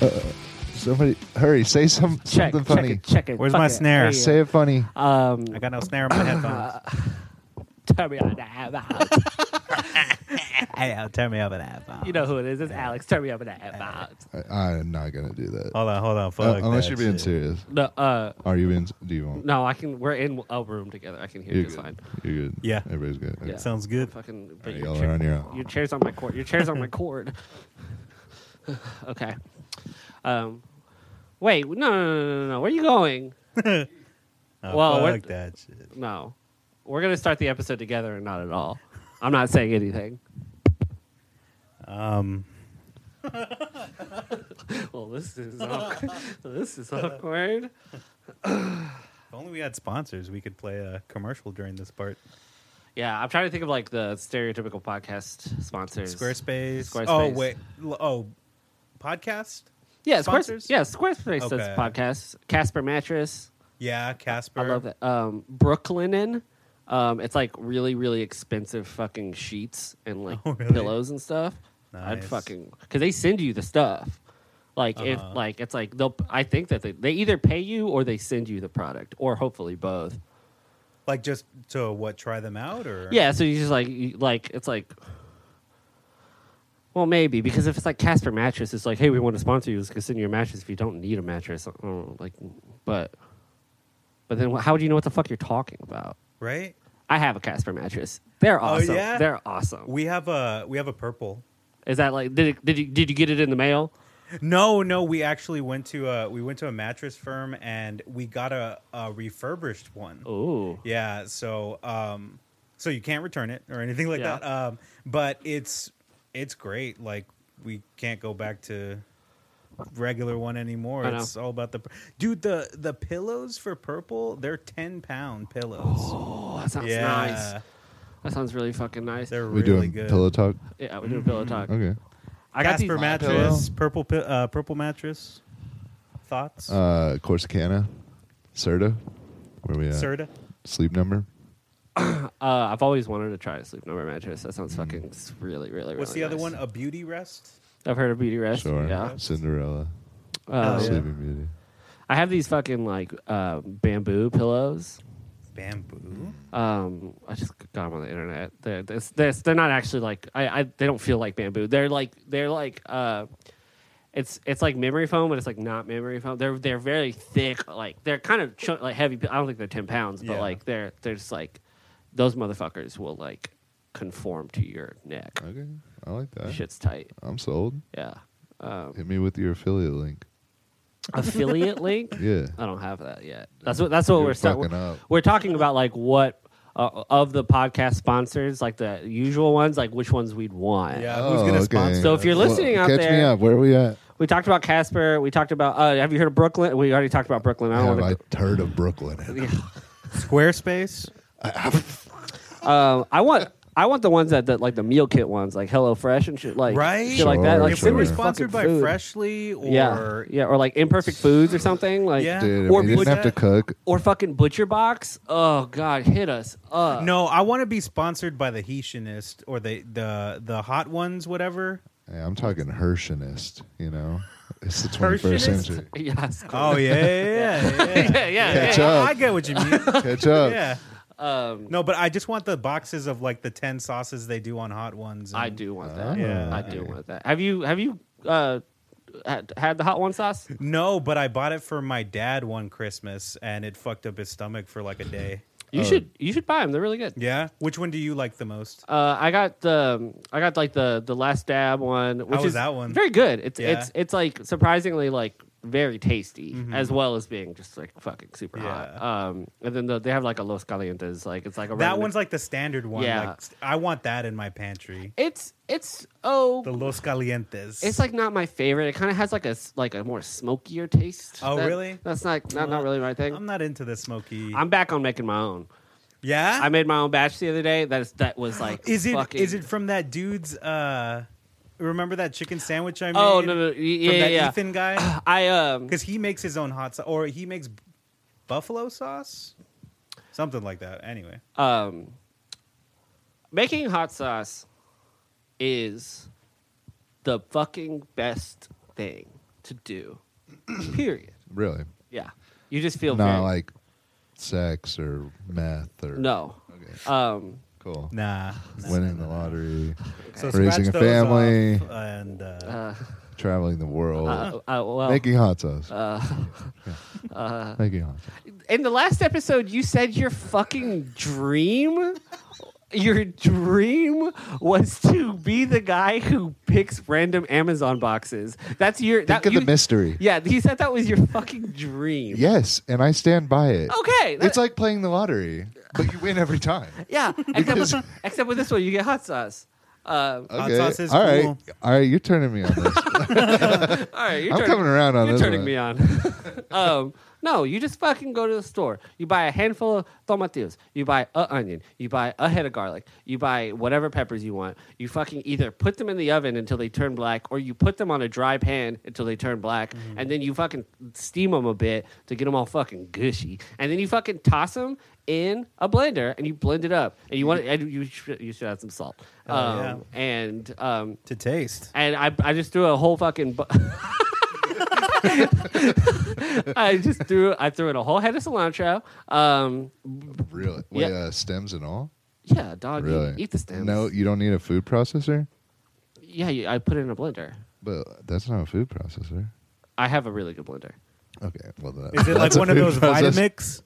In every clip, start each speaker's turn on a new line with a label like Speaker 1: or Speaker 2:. Speaker 1: Uh, Somebody, hurry! Say some
Speaker 2: Check,
Speaker 1: something
Speaker 2: check
Speaker 1: funny.
Speaker 2: it, check it.
Speaker 3: Where's
Speaker 2: Fuck
Speaker 3: my
Speaker 2: it.
Speaker 3: snare?
Speaker 2: Hey,
Speaker 1: Say it funny.
Speaker 2: Um,
Speaker 3: I got no snare in my headphones.
Speaker 2: turn me on the out.
Speaker 3: Hey, I'll turn me over that. phone.
Speaker 2: You know who it is? It's Alex. Turn me up in the out.
Speaker 1: I, I'm not gonna do that.
Speaker 3: Hold on, hold on. Oh,
Speaker 1: Uh,
Speaker 3: Fuck
Speaker 1: unless
Speaker 3: that
Speaker 1: you're being
Speaker 3: shit.
Speaker 1: serious.
Speaker 2: No, uh,
Speaker 1: Are you being? Do you want?
Speaker 2: no, I can. We're in a room together. I can hear
Speaker 1: You're
Speaker 2: you
Speaker 1: good.
Speaker 2: just fine.
Speaker 1: You're good.
Speaker 3: Yeah.
Speaker 1: Everybody's good. Okay.
Speaker 2: Yeah.
Speaker 3: Sounds good.
Speaker 2: Fucking.
Speaker 1: All
Speaker 2: But
Speaker 1: right,
Speaker 2: your,
Speaker 1: y'all
Speaker 2: chair,
Speaker 1: are on your own.
Speaker 2: your chair's on my cord. Your chair's on my cord. okay. Um. Wait. No. No. No. No. no, no. Where are you going?
Speaker 3: Oh,
Speaker 2: Well,
Speaker 3: fuck
Speaker 2: we're-
Speaker 3: that shit.
Speaker 2: No. We're gonna start the episode together and not at all. I'm not saying anything.
Speaker 3: Um,
Speaker 2: Well, this is awkward. this is awkward.
Speaker 3: if only we had sponsors, we could play a commercial during this part.
Speaker 2: Yeah, I'm trying to think of like the stereotypical podcast sponsors.
Speaker 3: Squarespace.
Speaker 2: Squarespace.
Speaker 3: Oh wait. L- Oh, podcast.
Speaker 2: Yeah,
Speaker 3: Sponsors?
Speaker 2: Squarespace. Yeah, Squarespace
Speaker 3: Okay.
Speaker 2: does podcasts. Casper Mattress.
Speaker 3: Yeah, Casper.
Speaker 2: I love that. Um, Brooklinen. Um, it's like really, really expensive fucking sheets and like
Speaker 3: Oh, really?
Speaker 2: pillows and stuff. I'd
Speaker 3: Nice.
Speaker 2: fucking because they send you the stuff. Like if
Speaker 3: Uh-huh.
Speaker 2: like it's like they'll. I think that they, they either pay you or they send you the product or hopefully both.
Speaker 3: Like just to what? Try them out or
Speaker 2: Yeah, so you just like you, like it's like. Well, maybe because if it's like Casper mattress, it's like, hey, we want to sponsor you. Let's go send you a mattress if you don't need a mattress. I don't know, like, but, but then wh- how do you know what the fuck you're talking about?
Speaker 3: Right.
Speaker 2: I have a Casper mattress. They're
Speaker 3: Oh,
Speaker 2: awesome.
Speaker 3: yeah?
Speaker 2: They're awesome.
Speaker 3: We have a we have a purple.
Speaker 2: Is that like did it, did you did you get it in the mail?
Speaker 3: No, no, we actually went to a we went to a mattress firm and we got a, a refurbished one.
Speaker 2: Ooh,
Speaker 3: Yeah, so um so you can't return it or anything like
Speaker 2: Yeah.
Speaker 3: that. Um but it's it's great. Like we can't go back to regular one anymore.
Speaker 2: I know.
Speaker 3: It's all about the Dude, the the pillows for purple, they're 10 pound pillows.
Speaker 2: oh, that sounds
Speaker 3: yeah.
Speaker 2: nice. That sounds really fucking nice.
Speaker 3: They're
Speaker 1: We're
Speaker 3: really
Speaker 1: doing
Speaker 3: good.
Speaker 1: pillow talk.
Speaker 2: Yeah, we do a pillow talk.
Speaker 1: Okay.
Speaker 2: I got
Speaker 3: Casper
Speaker 2: these-
Speaker 3: mattress, purple pi- uh, purple mattress. Thoughts?
Speaker 2: Oh,
Speaker 1: Uh, Corsicana, Serta, where we at?
Speaker 3: Serta?
Speaker 1: Sleep number.
Speaker 2: Uh, I've always wanted to try a sleep number mattress. That sounds fucking s- really, really, really.
Speaker 3: Mm. What's the other
Speaker 2: nice.
Speaker 3: one? A beauty rest?
Speaker 2: I've heard of Beauty Rest.
Speaker 1: Sure.
Speaker 2: Yeah.
Speaker 1: Cinderella,
Speaker 2: Uh,
Speaker 3: Oh, yeah.
Speaker 1: Sleeping Beauty.
Speaker 2: I have these fucking like uh, bamboo pillows.
Speaker 3: Bamboo.
Speaker 2: Um, I just got them on the internet. They're this, this, they're not actually like I, I. They don't feel like bamboo. They're like they're like uh, it's it's like memory foam, but it's like not memory foam. They're they're very thick. Like they're kind of chunk, like heavy. I don't think they're ten pounds, but
Speaker 3: Yeah.
Speaker 2: like they're they're just like those motherfuckers will like conform to your neck.
Speaker 1: Okay, I like that.
Speaker 2: Shit's tight.
Speaker 1: I'm sold.
Speaker 2: Yeah. Um,
Speaker 1: Hit me with your affiliate link.
Speaker 2: affiliate link.
Speaker 1: Yeah.
Speaker 2: I don't have that yet. That's what. That's what
Speaker 1: You're
Speaker 2: we're start-
Speaker 1: fucking up.
Speaker 2: We're talking about like what uh, of the podcast sponsors, like the usual ones, like which ones we'd want.
Speaker 3: Yeah,
Speaker 1: Oh,
Speaker 3: who's gonna
Speaker 1: okay.
Speaker 3: sponsor?
Speaker 2: So if you're
Speaker 3: us?
Speaker 2: listening out
Speaker 1: catch me
Speaker 2: there-
Speaker 1: up. Where are we at?
Speaker 2: We talked about Casper. We talked about. Uh, have you heard of Brooklyn? We already talked about Brooklyn. I don't
Speaker 1: Have
Speaker 2: want
Speaker 1: I
Speaker 2: to.
Speaker 1: heard of Brooklyn?
Speaker 3: Squarespace,
Speaker 2: Um, I want. I want the ones that, that like the meal kit ones, like Hello Fresh and shit, like
Speaker 3: Right?
Speaker 2: shit like that.
Speaker 1: Sure,
Speaker 2: Like
Speaker 1: If
Speaker 3: if we
Speaker 2: send
Speaker 3: were
Speaker 2: me
Speaker 1: sure.
Speaker 3: sponsored by
Speaker 2: fucking food.
Speaker 3: Fresh,ly or
Speaker 2: yeah, yeah, or like Imperfect Foods or something, like
Speaker 3: Yeah.
Speaker 1: Dude, if
Speaker 2: Or
Speaker 1: we didn't
Speaker 2: Butcher-
Speaker 1: have to cook.
Speaker 2: or fucking Butcher Box. Oh God, hit us up.
Speaker 3: no, I want to be sponsored by the Haitianist or the the the hot ones, whatever.
Speaker 1: Hey, I'm talking Hershenist. You know, it's the 21st
Speaker 3: Hershenist?
Speaker 1: century.
Speaker 2: Yes. cool.
Speaker 3: Oh yeah, yeah, yeah. yeah.
Speaker 2: yeah, yeah.
Speaker 1: Catch
Speaker 2: yeah.
Speaker 1: up.
Speaker 3: I get what you mean.
Speaker 1: Catch up.
Speaker 3: yeah.
Speaker 2: Um,
Speaker 3: No, but I just want the boxes of like the ten sauces they do on hot ones.
Speaker 2: I
Speaker 3: and-
Speaker 2: do want that.
Speaker 3: Mm-hmm. Yeah.
Speaker 2: I do want that. Have you have you uh, had, had the hot one sauce?
Speaker 3: No, but I bought it for my dad one Christmas, and it fucked up his stomach for like a day.
Speaker 2: You should you should buy them. They're really good.
Speaker 3: Uh, Yeah. Which one do you like the most?
Speaker 2: Uh, I got the um, I got like the the last dab one, which
Speaker 3: was
Speaker 2: is
Speaker 3: that one?
Speaker 2: very good. It's
Speaker 3: Yeah. Mm-hmm.
Speaker 2: it's it's like surprisingly like very tasty as well as being just like fucking super hot.
Speaker 3: Yeah.
Speaker 2: Um, and then the, they have like a Los Calientes, like it's like a
Speaker 3: That
Speaker 2: regular-
Speaker 3: one's like the standard one.
Speaker 2: Yeah.
Speaker 3: Like, I want that in my pantry.
Speaker 2: it's it's oh
Speaker 3: The Los Calientes.
Speaker 2: It's like not my favorite. It kind of has like a s- like a more smokier taste.
Speaker 3: Oh,
Speaker 2: That-
Speaker 3: really?
Speaker 2: That's not not, not really my thing.
Speaker 3: I'm
Speaker 2: I'm,
Speaker 3: not into the smoky.
Speaker 2: back on making my own.
Speaker 3: yeah.
Speaker 2: I made my own batch the other day. That is that was like
Speaker 3: is it is
Speaker 2: fucking,
Speaker 3: it from that dude's? uh Remember that chicken sandwich I made?
Speaker 2: Oh no no y-
Speaker 3: From
Speaker 2: yeah
Speaker 3: that
Speaker 2: yeah.
Speaker 3: Ethan guy,
Speaker 2: I um
Speaker 3: because he makes his own hot sauce, or he makes b- buffalo sauce, something like that. Anyway,
Speaker 2: um making hot sauce is the fucking best thing to do. Period.
Speaker 1: Really?
Speaker 2: Yeah. You just feel
Speaker 1: Not
Speaker 2: very-
Speaker 1: like sex or meth or
Speaker 2: no.
Speaker 1: Okay,
Speaker 2: Um,
Speaker 1: cool.
Speaker 3: Nah. nah,
Speaker 1: Winning
Speaker 3: nah,
Speaker 1: the
Speaker 3: nah.
Speaker 1: lottery,
Speaker 3: So
Speaker 1: raising
Speaker 3: scratch
Speaker 1: a
Speaker 3: those
Speaker 1: family.
Speaker 3: off and uh,
Speaker 2: uh,
Speaker 1: traveling the world,
Speaker 2: uh, uh, well,
Speaker 1: making hot sauce,
Speaker 2: uh,
Speaker 1: making hot sauce.
Speaker 2: in the last episode, you said your fucking dream, your dream was to be the guy who picks random Amazon boxes. That's your.
Speaker 1: Think
Speaker 2: that,
Speaker 1: of the
Speaker 2: you-
Speaker 1: mystery.
Speaker 2: Yeah, he said that was your fucking dream.
Speaker 1: Yes, and I stand by it.
Speaker 2: Okay. that-
Speaker 1: It's like playing the lottery, but you win every time.
Speaker 2: yeah. Except with, except with this one, you get hot sauce. Um,
Speaker 3: Hot
Speaker 1: Okay.
Speaker 3: sauce is
Speaker 1: all right,
Speaker 3: cool.
Speaker 1: all right. You're turning me on this.
Speaker 2: all right, you're
Speaker 1: I'm
Speaker 2: turning,
Speaker 1: coming around on
Speaker 2: You're
Speaker 1: this
Speaker 2: turning
Speaker 1: one.
Speaker 2: me on. um, no, you just fucking go to the store. You buy a handful of tomatillos. You buy a onion. You buy a head of garlic. You buy whatever peppers you want. You fucking either put them in the oven until they turn black, or you put them on a dry pan until they turn black,
Speaker 1: Mm-hmm.
Speaker 2: and then you fucking steam them a bit to get them all fucking gushy, and then you fucking toss them in a blender and you blend it up. And you want it, and you should, you should add some salt.
Speaker 1: Oh,
Speaker 3: Hell yeah.
Speaker 2: Um, And um,
Speaker 3: to taste.
Speaker 2: and I, I just threw a whole fucking. Bu- I just threw I threw in a whole head of cilantro. Um,
Speaker 1: Really? Wait,
Speaker 2: Yeah.
Speaker 1: uh, stems and all?
Speaker 2: yeah, dog, you
Speaker 1: Really?
Speaker 2: eat the stems.
Speaker 1: No, you don't need a food processor.
Speaker 2: yeah, you, I put it in a blender.
Speaker 1: But that's not a food processor.
Speaker 2: I have a really good blender.
Speaker 1: Okay, well that,
Speaker 3: Is it like
Speaker 1: that's a
Speaker 3: one of
Speaker 1: food
Speaker 3: those
Speaker 1: process-
Speaker 3: Vitamix?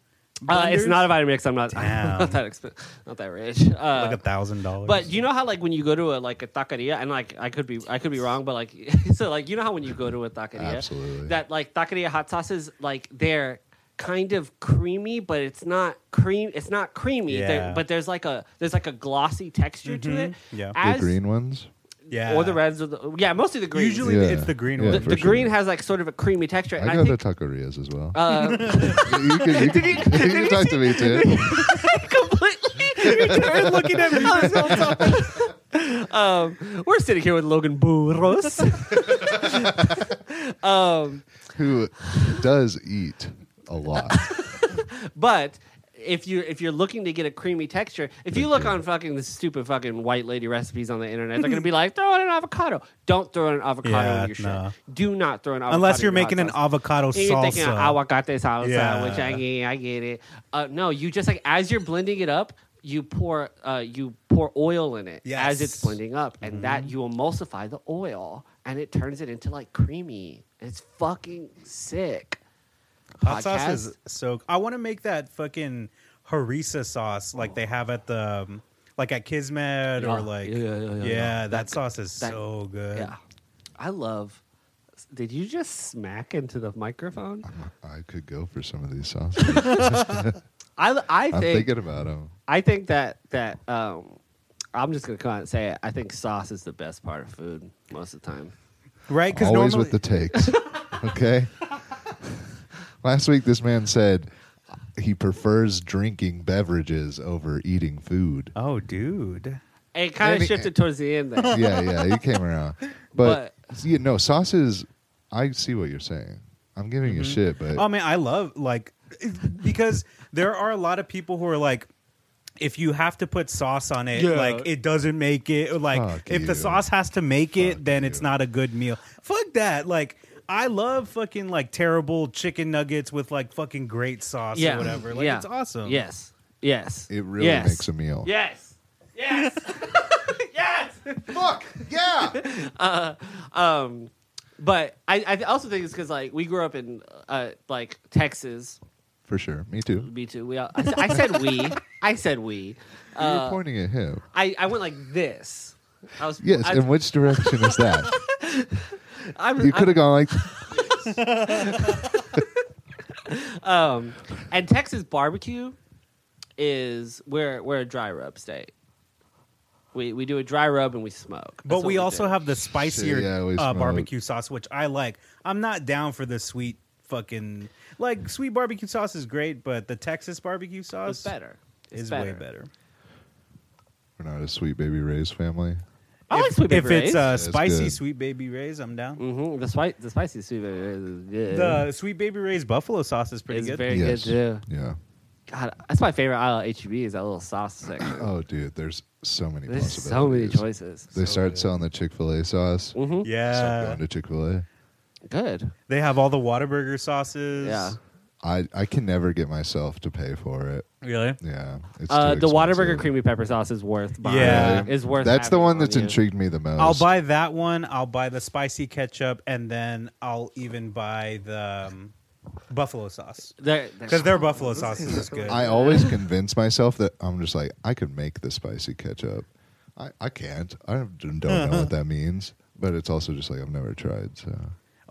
Speaker 2: Uh, it's
Speaker 3: blenders?
Speaker 2: not a Vitamix. I'm not, I'm
Speaker 3: Damn.
Speaker 2: not that exp- not that rich. Uh,
Speaker 3: like a thousand dollars.
Speaker 2: But you know how like when you go to a like a taqueria and like I could be I could be wrong, but like so like you know how when you go to a taqueria
Speaker 1: Absolutely.
Speaker 2: that like taqueria hot sauces like they're kind of creamy, but it's not cream it's not creamy.
Speaker 3: Yeah. Mm-hmm.
Speaker 2: There- But there's like a there's like a glossy texture to it.
Speaker 3: Yeah. The
Speaker 1: The green ones.
Speaker 3: yeah,
Speaker 2: or the reds or the yeah, mostly the green.
Speaker 3: Usually
Speaker 1: Yeah.
Speaker 3: it's the green
Speaker 1: Yeah,
Speaker 2: the,
Speaker 3: one.
Speaker 1: for
Speaker 2: the
Speaker 1: sure.
Speaker 2: green has like sort of a creamy texture. And
Speaker 1: I
Speaker 2: I,
Speaker 1: go
Speaker 2: think
Speaker 1: to taquerias as well.
Speaker 2: uh,
Speaker 1: you can, you can, you can talk to me too.
Speaker 2: completely returned looking at me this whole time. um, we're sitting here with Logan Burros. um,
Speaker 1: Who does eat a lot?
Speaker 2: but if you if you're looking to get a creamy texture, if you look on fucking the stupid fucking white lady recipes on the internet, they're gonna be like, throw in an avocado. Don't throw in an avocado
Speaker 3: Yeah,
Speaker 2: in your shit.
Speaker 3: nah.
Speaker 2: Do not throw an avocado.
Speaker 3: Unless
Speaker 2: in
Speaker 3: you're
Speaker 2: your hot
Speaker 3: making an
Speaker 2: sauce.
Speaker 3: avocado
Speaker 2: And You're thinking
Speaker 3: salsa.
Speaker 2: aguacate salsa,
Speaker 3: Yeah.
Speaker 2: which I get, I get it. Uh, no, you just like as you're blending it up, you pour uh, you pour oil in it
Speaker 3: Yes. Mm-hmm.
Speaker 2: as it's blending up, and that you emulsify the oil, and it turns it into like creamy. It's fucking sick.
Speaker 3: Hot sauce
Speaker 2: Podcast?
Speaker 3: is so. I want to make that fucking harissa sauce like they have at the um, like at Kismet
Speaker 2: Yeah,
Speaker 3: or like
Speaker 2: yeah, yeah, yeah, yeah.
Speaker 3: that, sauce is
Speaker 2: that-
Speaker 3: so good.
Speaker 2: Yeah, I love. Did you just smack into the microphone?
Speaker 1: I could go for some of these sauces.
Speaker 2: I I
Speaker 1: I'm
Speaker 2: think
Speaker 1: thinking about them.
Speaker 2: I think that that um, I'm just gonna come out and say it. I think sauce is the best part of food most of the time.
Speaker 3: Right? Because
Speaker 1: Always
Speaker 3: normally
Speaker 1: with the takes. Okay. Last week, this man said he prefers drinking beverages over eating food.
Speaker 3: oh, dude.
Speaker 2: It kind
Speaker 1: Maybe-
Speaker 2: of shifted towards the end there.
Speaker 1: yeah, yeah, he came around. But, you know, sauces. I see what you're saying. I'm giving you
Speaker 2: Mm-hmm.
Speaker 1: shit, but
Speaker 2: Um,
Speaker 3: Oh man, I love like because there are a lot of people who are like, if you have to put sauce on it,
Speaker 2: Yeah.
Speaker 3: like it doesn't make it. Or, like
Speaker 1: Fuck
Speaker 3: if
Speaker 1: you.
Speaker 3: the sauce has to make
Speaker 1: Fuck
Speaker 3: it, then it's
Speaker 1: you.
Speaker 3: not a good meal. Fuck that. Like I love fucking like terrible chicken nuggets with like fucking great sauce
Speaker 2: Yeah.
Speaker 3: or whatever. Like
Speaker 2: yeah.
Speaker 3: it's awesome.
Speaker 2: Yes. Yes.
Speaker 1: it really
Speaker 2: yes.
Speaker 1: makes a meal.
Speaker 2: Yes. Yes. yes.
Speaker 1: Fuck yeah!
Speaker 2: Um, but I, I also think it's because like we grew up in uh, like Texas.
Speaker 1: For sure, me too.
Speaker 2: Me too. We. All, I, I said we. I said we.
Speaker 1: You
Speaker 2: Uh,
Speaker 1: were pointing at him.
Speaker 2: I, I went like this. I was.
Speaker 1: Yes.
Speaker 2: I,
Speaker 1: in which direction is that?
Speaker 2: I'm,
Speaker 1: You could have gone like.
Speaker 2: Um, and Texas barbecue is we're we're a dry rub state. We we do a dry rub and we smoke. That's
Speaker 3: But
Speaker 2: what
Speaker 3: we also
Speaker 2: do.
Speaker 3: have the spicier
Speaker 1: yeah, we
Speaker 3: uh,
Speaker 1: smoke.
Speaker 3: barbecue sauce, which I like. I'm not down for the sweet fucking like sweet barbecue sauce is great, but the Texas barbecue sauce
Speaker 2: it's better. It's
Speaker 3: is way better.
Speaker 1: We're not a sweet baby Ray's family.
Speaker 2: I like sweet
Speaker 3: if
Speaker 2: baby
Speaker 3: it's
Speaker 2: rays.
Speaker 3: uh,
Speaker 1: That's
Speaker 3: spicy
Speaker 1: good.
Speaker 3: sweet baby rays, I'm down.
Speaker 2: Mhm, the spi- the spicy sweet baby rays is good.
Speaker 3: The sweet baby rays buffalo sauce is pretty
Speaker 2: it's
Speaker 3: good.
Speaker 2: very
Speaker 1: yes.
Speaker 2: good too.
Speaker 1: Yeah.
Speaker 2: God, that's my favorite aisle at HEB is that little sauce section.
Speaker 1: Oh, dude, there's so many
Speaker 2: There's
Speaker 1: possibilities.
Speaker 2: so many choices.
Speaker 1: They
Speaker 3: So
Speaker 1: started
Speaker 3: good.
Speaker 1: selling the Chick Fil A sauce.
Speaker 2: hmm
Speaker 1: Stop
Speaker 3: Yeah,
Speaker 1: going to Chick Fil A.
Speaker 2: Good.
Speaker 3: they have all the Whataburger sauces.
Speaker 2: Yeah.
Speaker 1: I I can never get myself to pay for it.
Speaker 3: really.
Speaker 1: Yeah, it's
Speaker 2: Uh,
Speaker 1: too
Speaker 2: the Whataburger
Speaker 1: expensive.
Speaker 2: creamy pepper sauce is worth buying.
Speaker 3: Yeah.
Speaker 2: Is worth
Speaker 1: That's the
Speaker 2: having
Speaker 1: one
Speaker 2: on
Speaker 1: that's
Speaker 2: you.
Speaker 1: intrigued me the most.
Speaker 3: I'll buy that one. I'll buy the spicy ketchup, and then I'll even buy the um, buffalo sauce
Speaker 2: They're- they're-
Speaker 3: because their buffalo sauce is just good.
Speaker 1: I always convince myself that I'm just like I could make the spicy ketchup. I, I can't. I don't don't
Speaker 2: Uh-huh.
Speaker 1: know what that means. But it's also just like I've never tried. So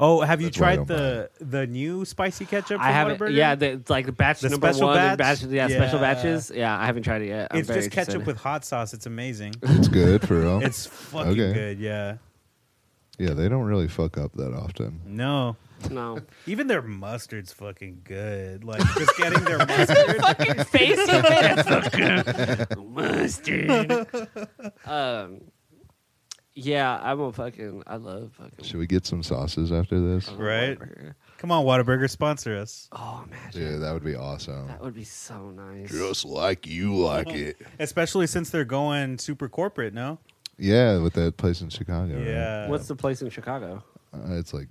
Speaker 3: oh, have you
Speaker 1: That's why I don't
Speaker 3: tried the the new spicy ketchup? From
Speaker 2: I haven't.
Speaker 3: Whataburger?
Speaker 2: Yeah, the, like the batch
Speaker 3: The
Speaker 2: number
Speaker 3: special
Speaker 2: one, and
Speaker 3: batch?
Speaker 2: batch, yeah, special
Speaker 3: Yeah.
Speaker 2: batches. Yeah, I haven't tried it yet. I'm
Speaker 3: it's
Speaker 2: very
Speaker 3: just ketchup
Speaker 2: interested.
Speaker 3: with hot sauce. It's amazing.
Speaker 1: it's good for real.
Speaker 3: it's fucking
Speaker 1: Okay.
Speaker 3: good. Yeah.
Speaker 1: yeah, they don't really fuck up that often.
Speaker 3: No.
Speaker 2: no
Speaker 3: Even their mustard's fucking good. Like just getting their mustard.
Speaker 2: fucking face of it. Mustard. Um, yeah, I'm a fucking. I love fucking.
Speaker 1: Should we get some sauces after this?
Speaker 2: I love
Speaker 3: Right.
Speaker 2: Whataburger.
Speaker 3: Come on, Whataburger, sponsor us.
Speaker 2: Oh, imagine
Speaker 1: Yeah, that would be awesome.
Speaker 2: that would be so nice.
Speaker 1: like you like it.
Speaker 3: Especially since they're going super corporate, no?
Speaker 1: Yeah, with that place in Chicago. right?
Speaker 3: Yeah.
Speaker 2: What's the place in Chicago?
Speaker 1: Uh, it's like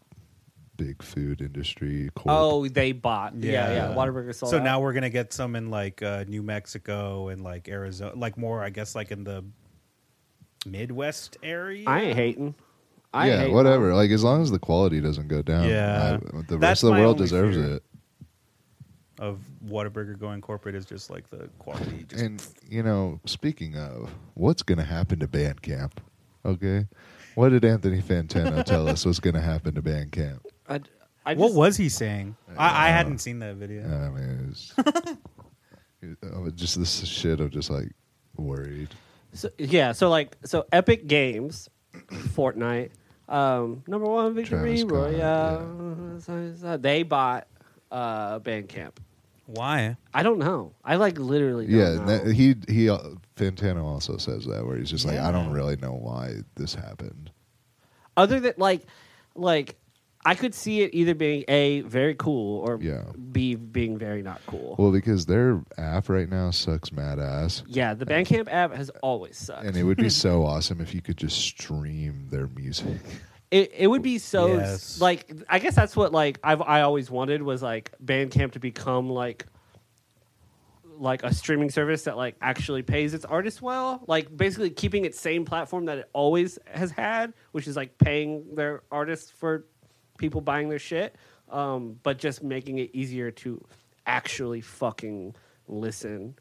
Speaker 1: big food industry. Corp.
Speaker 2: Oh, they bought. Yeah, yeah.
Speaker 3: Yeah.
Speaker 2: Whataburger sold.
Speaker 3: so
Speaker 2: out.
Speaker 3: now we're gonna get some in like uh, New Mexico and like Arizona, like more, I guess, like in the Midwest area.
Speaker 2: I ain't hating. I ain't
Speaker 1: yeah,
Speaker 2: hating.
Speaker 1: whatever. Like as long as the quality doesn't go down,
Speaker 3: Yeah.
Speaker 1: I- the
Speaker 3: That's
Speaker 1: rest of the
Speaker 3: my
Speaker 1: world
Speaker 3: only
Speaker 1: deserves
Speaker 3: fear.
Speaker 1: it.
Speaker 3: of Whataburger going corporate is just like the quality. Just,
Speaker 1: And you know, speaking of, what's going to happen to Bandcamp? Okay, what did Anthony Fantano tell us was going to happen to Bandcamp?
Speaker 2: I, I
Speaker 3: what
Speaker 2: just-
Speaker 3: was he saying? I, I hadn't seen that video.
Speaker 1: I mean, it was, I was just this shit of just like worried.
Speaker 2: So, yeah, so like so Epic Games, Fortnite, um, number one victory
Speaker 1: Travis Scott,
Speaker 2: royale. So- so They bought uh, Bandcamp.
Speaker 3: Why?
Speaker 2: I don't know. I like literally. Don't
Speaker 1: Yeah,
Speaker 2: know.
Speaker 1: and that, he he uh, Fantano also says that where he's just like, I don't
Speaker 3: Yeah.
Speaker 1: really know why this happened.
Speaker 2: Other than like, like I could see it either being a very cool or
Speaker 1: Yeah.
Speaker 2: b being very not cool.
Speaker 1: Well, because their app right now sucks mad ass.
Speaker 2: yeah, the Bandcamp app has always sucked.
Speaker 1: And it would be so awesome if you could just stream their music.
Speaker 2: It, it would be so
Speaker 3: Yes.
Speaker 2: like I guess that's what like I've I always wanted was like Bandcamp to become like like a streaming service that like actually pays its artists well, like basically keeping its same platform that it always has had, which is like paying their artists for people buying their shit, um, but just making it easier to actually fucking listen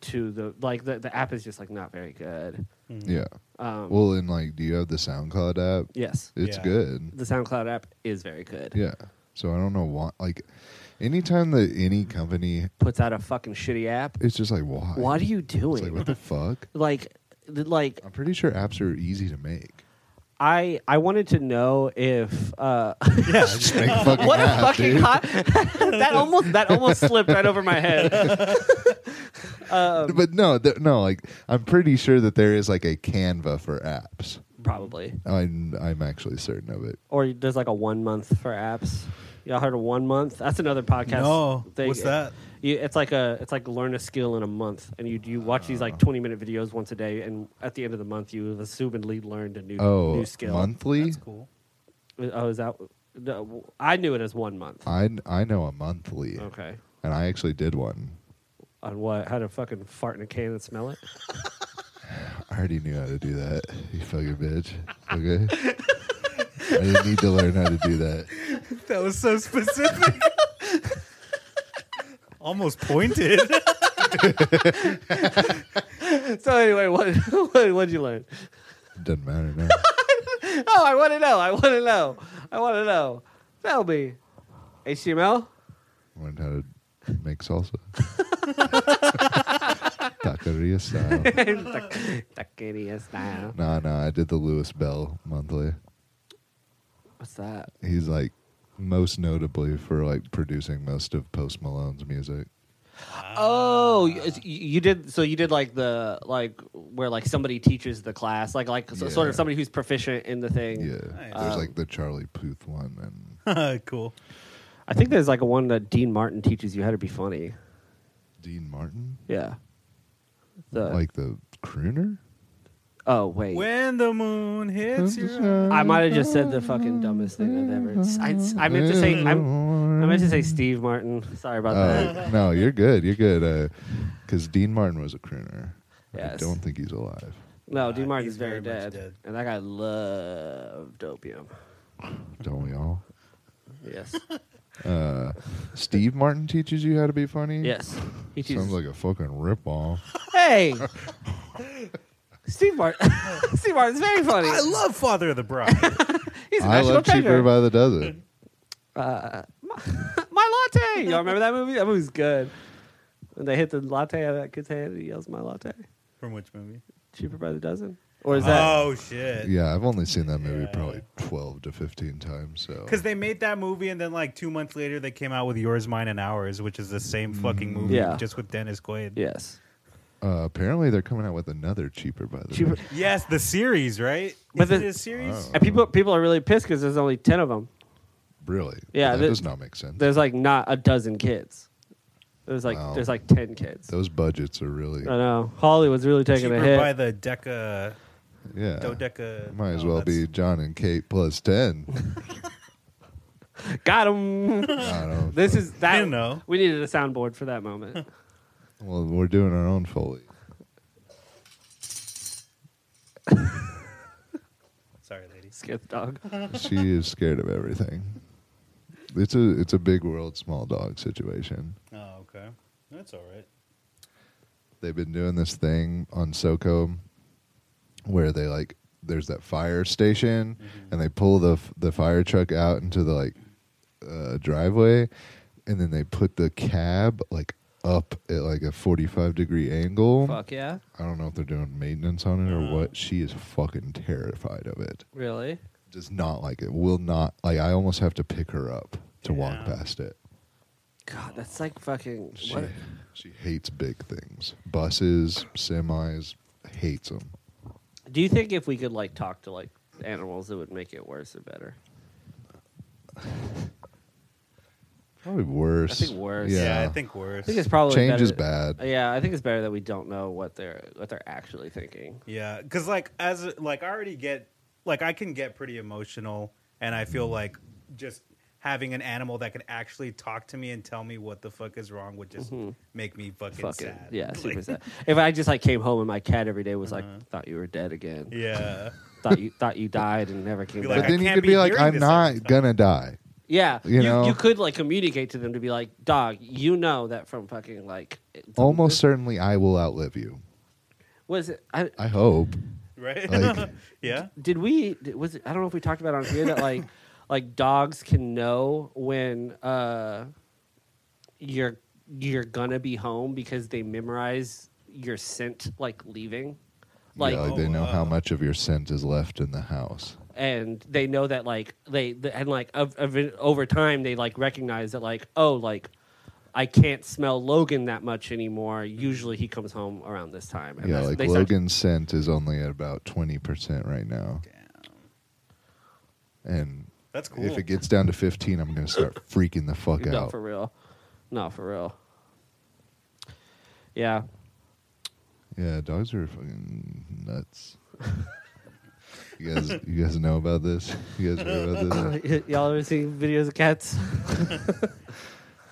Speaker 2: to the like the the app is just like not very good.
Speaker 1: yeah.
Speaker 2: Um,
Speaker 1: Well, and like, do you have the SoundCloud app?
Speaker 2: yes,
Speaker 1: It's
Speaker 3: Yeah.
Speaker 1: good.
Speaker 2: the SoundCloud app is very good.
Speaker 1: Yeah. So I don't know why. Like, anytime that any company,
Speaker 2: puts out a fucking shitty app.
Speaker 1: it's just like, why?
Speaker 2: What are you
Speaker 1: It's like,
Speaker 2: doing?
Speaker 1: what the fuck?
Speaker 2: Like, th- like
Speaker 1: I'm pretty sure apps are easy to make.
Speaker 2: I I wanted to know if uh,
Speaker 3: Yeah.
Speaker 1: Just make a fucking
Speaker 2: what a
Speaker 1: app,
Speaker 2: fucking
Speaker 1: dude.
Speaker 2: hot that almost that almost slipped right over my head. Um,
Speaker 1: But no, th- no. Like, I'm pretty sure that there is like a Canva for apps.
Speaker 2: Probably,
Speaker 1: I'm, I'm actually certain of it.
Speaker 2: or there's like a one month for apps. Y'all heard of one month? That's another podcast.
Speaker 3: no.
Speaker 2: thing.
Speaker 3: What's that?
Speaker 2: You, it's like a it's like learn a skill in a month, and you you watch these
Speaker 1: Ah.
Speaker 2: like 20 minute videos once a day, and at the end of the month, you have assumedly learned a new
Speaker 1: Oh,
Speaker 2: new skill.
Speaker 1: monthly.
Speaker 3: That's cool.
Speaker 2: Oh, is that? no, I knew it as one month.
Speaker 1: I I know a monthly,
Speaker 2: Okay.
Speaker 1: and I actually did one.
Speaker 2: on what how to fucking fart in a can and smell it.
Speaker 1: I already knew how to do that. You fucking bitch. Okay. I didn't need to learn how to do that.
Speaker 3: That was so specific. Almost pointed.
Speaker 2: so anyway, what what what'd you learn?
Speaker 1: Doesn't matter now.
Speaker 2: Oh, I want to know. I want to know. I want to know. Tell me, HTML.
Speaker 1: Learned how to make salsa. Taqueria style.
Speaker 2: Taqueria style.
Speaker 1: Nah, nah. I did the Lewis Bell monthly.
Speaker 2: What's that?
Speaker 1: He's like most notably for like producing most of Post Malone's music.
Speaker 2: Oh, you, it's- you- you did. So you did like the like where like somebody teaches the class, like like so, sort
Speaker 1: Yeah.
Speaker 2: of somebody who's proficient in the thing.
Speaker 1: Yeah.
Speaker 3: Nice.
Speaker 1: There's
Speaker 2: Um,
Speaker 1: like the Charlie Puth one and
Speaker 3: cool.
Speaker 2: I think there's like a one that Dean Martin teaches you how to be funny.
Speaker 1: Dean Martin,
Speaker 2: Yeah. The
Speaker 1: like the crooner.
Speaker 2: oh wait,
Speaker 3: When the moon hits your
Speaker 2: I might have just said the fucking dumbest thing I've ever. I, I meant to say I'm, I meant to say Steve Martin. Sorry about that.
Speaker 1: Oh, no, you're good. You're good. Because Dean Martin was a crooner. I
Speaker 2: Yes.
Speaker 1: don't think he's alive.
Speaker 2: No, D.
Speaker 3: Uh,
Speaker 2: Martin's
Speaker 3: he's
Speaker 2: very,
Speaker 3: very
Speaker 2: dead.
Speaker 3: much dead.
Speaker 2: and that guy loved opium.
Speaker 1: Don't we all?
Speaker 2: Yes,
Speaker 1: Uh, Steve Martin teaches you how to be funny.
Speaker 2: yes. He chooses.
Speaker 1: Sounds like a fucking ripoff.
Speaker 2: hey, Steve Martin. Steve Martin's very funny.
Speaker 3: I love Father of the Bride.
Speaker 2: He's a
Speaker 1: I
Speaker 2: national
Speaker 1: love cheaper
Speaker 2: treasure.
Speaker 1: by the dozen.
Speaker 2: my latte. Y'all remember that movie? That movie's good. When they hit the latte out of that kid's hand, he yells, "My latte."
Speaker 3: From which movie?
Speaker 2: Cheaper by the dozen, or is that?
Speaker 3: oh shit!
Speaker 1: Yeah, I've only seen that movie
Speaker 3: Yeah.
Speaker 1: probably twelve to fifteen times. So
Speaker 3: Because they made that movie, and then like two months later, they came out with Yours, Mine, and Ours, which is the same
Speaker 1: Mm.
Speaker 3: fucking movie,
Speaker 2: Yeah.
Speaker 3: just with Dennis Quaid.
Speaker 2: Yes.
Speaker 1: uh, apparently they're coming out with another cheaper by the
Speaker 2: Cheaper.
Speaker 1: dozen.
Speaker 3: Yes, the series, right?
Speaker 2: But
Speaker 3: Is it
Speaker 2: the-
Speaker 3: a series?
Speaker 1: Wow.
Speaker 2: And people people are really pissed because there's only ten of them.
Speaker 1: Really?
Speaker 2: Yeah,
Speaker 1: that
Speaker 2: the-
Speaker 1: does not make sense.
Speaker 2: There's like not a dozen kids. There's like
Speaker 1: Wow.
Speaker 2: there's like ten kids.
Speaker 1: Those budgets are really
Speaker 2: I know Hollywood's really taking
Speaker 3: Cheaper
Speaker 2: a hit.
Speaker 3: by the Deca,
Speaker 1: yeah.
Speaker 3: Dodeca.
Speaker 1: Might as
Speaker 3: no,
Speaker 1: well
Speaker 3: Oh, that's-
Speaker 1: be John and Kate plus ten.
Speaker 2: Got him.
Speaker 1: I don't know.
Speaker 2: this is that.
Speaker 3: You know.
Speaker 2: We needed a soundboard for that moment.
Speaker 1: Well, we're doing our own foley.
Speaker 3: Sorry, ladies.
Speaker 2: Scared the dog.
Speaker 1: She is scared of everything. It's a it's a big world, small dog situation.
Speaker 3: Oh, okay. That's all right.
Speaker 1: They've been doing this thing on SoCo where they like there's that fire station and they pull the f- the fire truck out into the like uh, driveway and then they put the cab like up at like a 45 degree angle.
Speaker 2: Fuck yeah.
Speaker 1: I don't know if they're doing maintenance on it or
Speaker 3: Uh-huh.
Speaker 1: what. She is fucking terrified of it.
Speaker 2: Really?
Speaker 1: Does not like it. Will not like. I almost have to pick her up to walk
Speaker 3: Yeah.
Speaker 1: past it.
Speaker 2: God, that's like fucking.
Speaker 1: She
Speaker 2: What?
Speaker 1: she hates big things. Buses, semis, hates them.
Speaker 2: Do you think if we could like talk to like animals, it would make it worse or better?
Speaker 1: Probably worse.
Speaker 2: I think worse.
Speaker 1: Yeah,
Speaker 3: Yeah, I think worse.
Speaker 2: I think it's probably
Speaker 1: change
Speaker 2: better-
Speaker 1: is bad.
Speaker 2: Yeah, I think it's better that we don't know what they're what they're actually thinking.
Speaker 3: Yeah, because like as a- like I already get like I can get pretty emotional, and I
Speaker 2: Mm-hmm.
Speaker 3: feel like just having an animal that can actually talk to me and tell me what the fuck is wrong would just make me fucking,
Speaker 2: Fucking
Speaker 3: sad.
Speaker 2: Mm-hmm. yeah, super
Speaker 3: Like,
Speaker 2: sad. If I just like came home and my cat every day was like,
Speaker 3: Uh-huh.
Speaker 2: "Thought you were dead again.
Speaker 3: Yeah,
Speaker 2: Thought you thought you died and never came
Speaker 3: Be
Speaker 2: back."
Speaker 1: But
Speaker 3: I
Speaker 1: then you
Speaker 3: can't
Speaker 1: could be,
Speaker 3: be
Speaker 1: like,
Speaker 3: hearing
Speaker 1: I'm
Speaker 3: this all the
Speaker 1: not
Speaker 3: time."
Speaker 1: gonna die.
Speaker 2: yeah,
Speaker 1: you know?
Speaker 2: you could like communicate to them to be like, "Dog, you know that from fucking like
Speaker 1: Almost certainly, I will outlive you.
Speaker 2: was it? I,
Speaker 1: I hope.
Speaker 3: right.
Speaker 1: Like-
Speaker 3: yeah,
Speaker 2: did we did- was it, I don't know if we talked about it on here that like like dogs can know when uh you're you're gonna be home because they memorize your scent like leaving like
Speaker 1: yeah, like they
Speaker 3: Oh,
Speaker 1: know
Speaker 3: wow.
Speaker 1: how much of your scent is left in the house.
Speaker 2: and they know that like they the- and like of, of it- over time they like recognize that like oh like I can't smell Logan that much anymore. Usually he comes home around this time.
Speaker 1: yeah,
Speaker 2: that's-
Speaker 1: like
Speaker 2: they start-
Speaker 1: Logan's scent is only at about twenty percent right now, and
Speaker 3: that's cool.
Speaker 1: if it gets down to fifteen, I'm gonna start freaking the fuck
Speaker 2: no,
Speaker 1: out.
Speaker 2: for real. No, for real. Yeah.
Speaker 1: Yeah, dogs are fucking nuts. you guys, you guys know about this. You guys know about this.
Speaker 2: Y- Y'all ever seen videos of cats?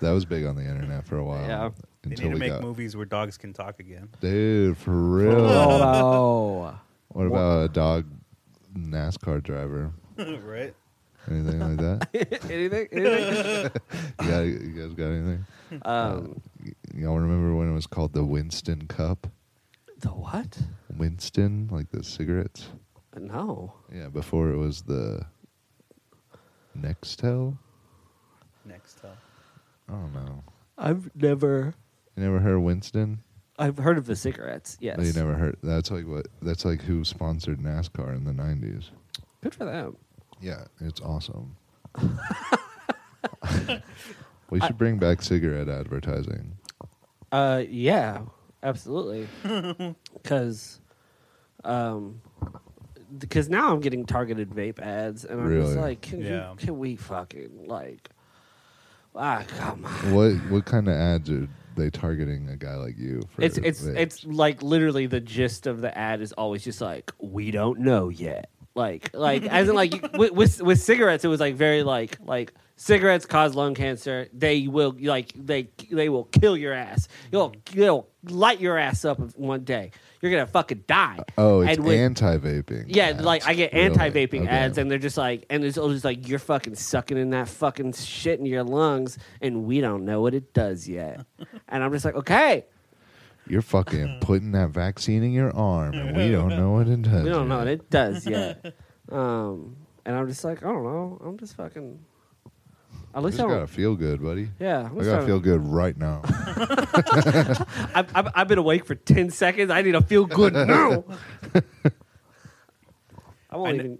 Speaker 1: That was big on the internet for a while.
Speaker 2: Yeah.
Speaker 3: they
Speaker 1: Until
Speaker 3: need to
Speaker 1: we
Speaker 3: make
Speaker 1: got
Speaker 3: movies where dogs can talk again.
Speaker 1: dude for
Speaker 2: Oh,
Speaker 1: real.
Speaker 2: no.
Speaker 1: what about a dog NASCAR driver?
Speaker 3: right?
Speaker 1: Anything like that?
Speaker 2: anything? Anything?
Speaker 1: You, got, you guys got anything?
Speaker 2: Um,
Speaker 1: Y- y'all remember when it was called the Winston Cup?
Speaker 2: the what?
Speaker 1: Winston, like the cigarettes.
Speaker 2: No.
Speaker 1: Yeah, before it was the Nextel.
Speaker 3: Next time.
Speaker 1: I don't know.
Speaker 2: I've never.
Speaker 1: You never heard of Winston?
Speaker 2: I've heard of the cigarettes. Yes.
Speaker 1: They never heard. That's like what. That's like who sponsored NASCAR in the '90s.
Speaker 2: Good for them.
Speaker 1: Yeah, it's awesome. we should bring back cigarette advertising.
Speaker 2: Uh, yeah, absolutely. Because, um, because now I'm getting targeted vape ads, and I'm
Speaker 1: Really?
Speaker 2: just like, can, you-
Speaker 3: Yeah.
Speaker 2: can we fucking like, ah, come on.
Speaker 1: What what kind of ads are they targeting a guy like you? For
Speaker 2: It's it's
Speaker 1: it?
Speaker 2: it's like literally the gist of the ad is always just like we don't know yet. Like like as in like you- with, with with cigarettes, it was like very like like cigarettes cause lung cancer. They will like they they will kill your ass. You'll you'll light your ass up one day. You're gonna fucking die.
Speaker 1: oh, it's
Speaker 2: And with-
Speaker 1: anti-vaping.
Speaker 2: yeah,
Speaker 1: ads.
Speaker 2: like I get
Speaker 1: Really?
Speaker 2: anti-vaping
Speaker 1: Okay.
Speaker 2: ads, and they're just like, and it's all just like you're fucking sucking in that fucking shit in your lungs, and we don't know what it does yet. and I'm just like, okay,
Speaker 1: You're fucking putting that vaccine in your arm, and we don't know what it does.
Speaker 2: we don't know what
Speaker 1: yet.
Speaker 2: it does yet. um, and I'm just like, I don't know. I'm just fucking. At
Speaker 1: You
Speaker 2: least
Speaker 1: just
Speaker 2: I'm.
Speaker 1: gotta feel good, buddy.
Speaker 2: yeah, I'm
Speaker 1: I
Speaker 2: just
Speaker 1: gotta
Speaker 2: trying-
Speaker 1: feel good right now.
Speaker 2: I've, I've, I've been awake for ten seconds. I need to feel good now. I won't
Speaker 3: I kn-
Speaker 2: even.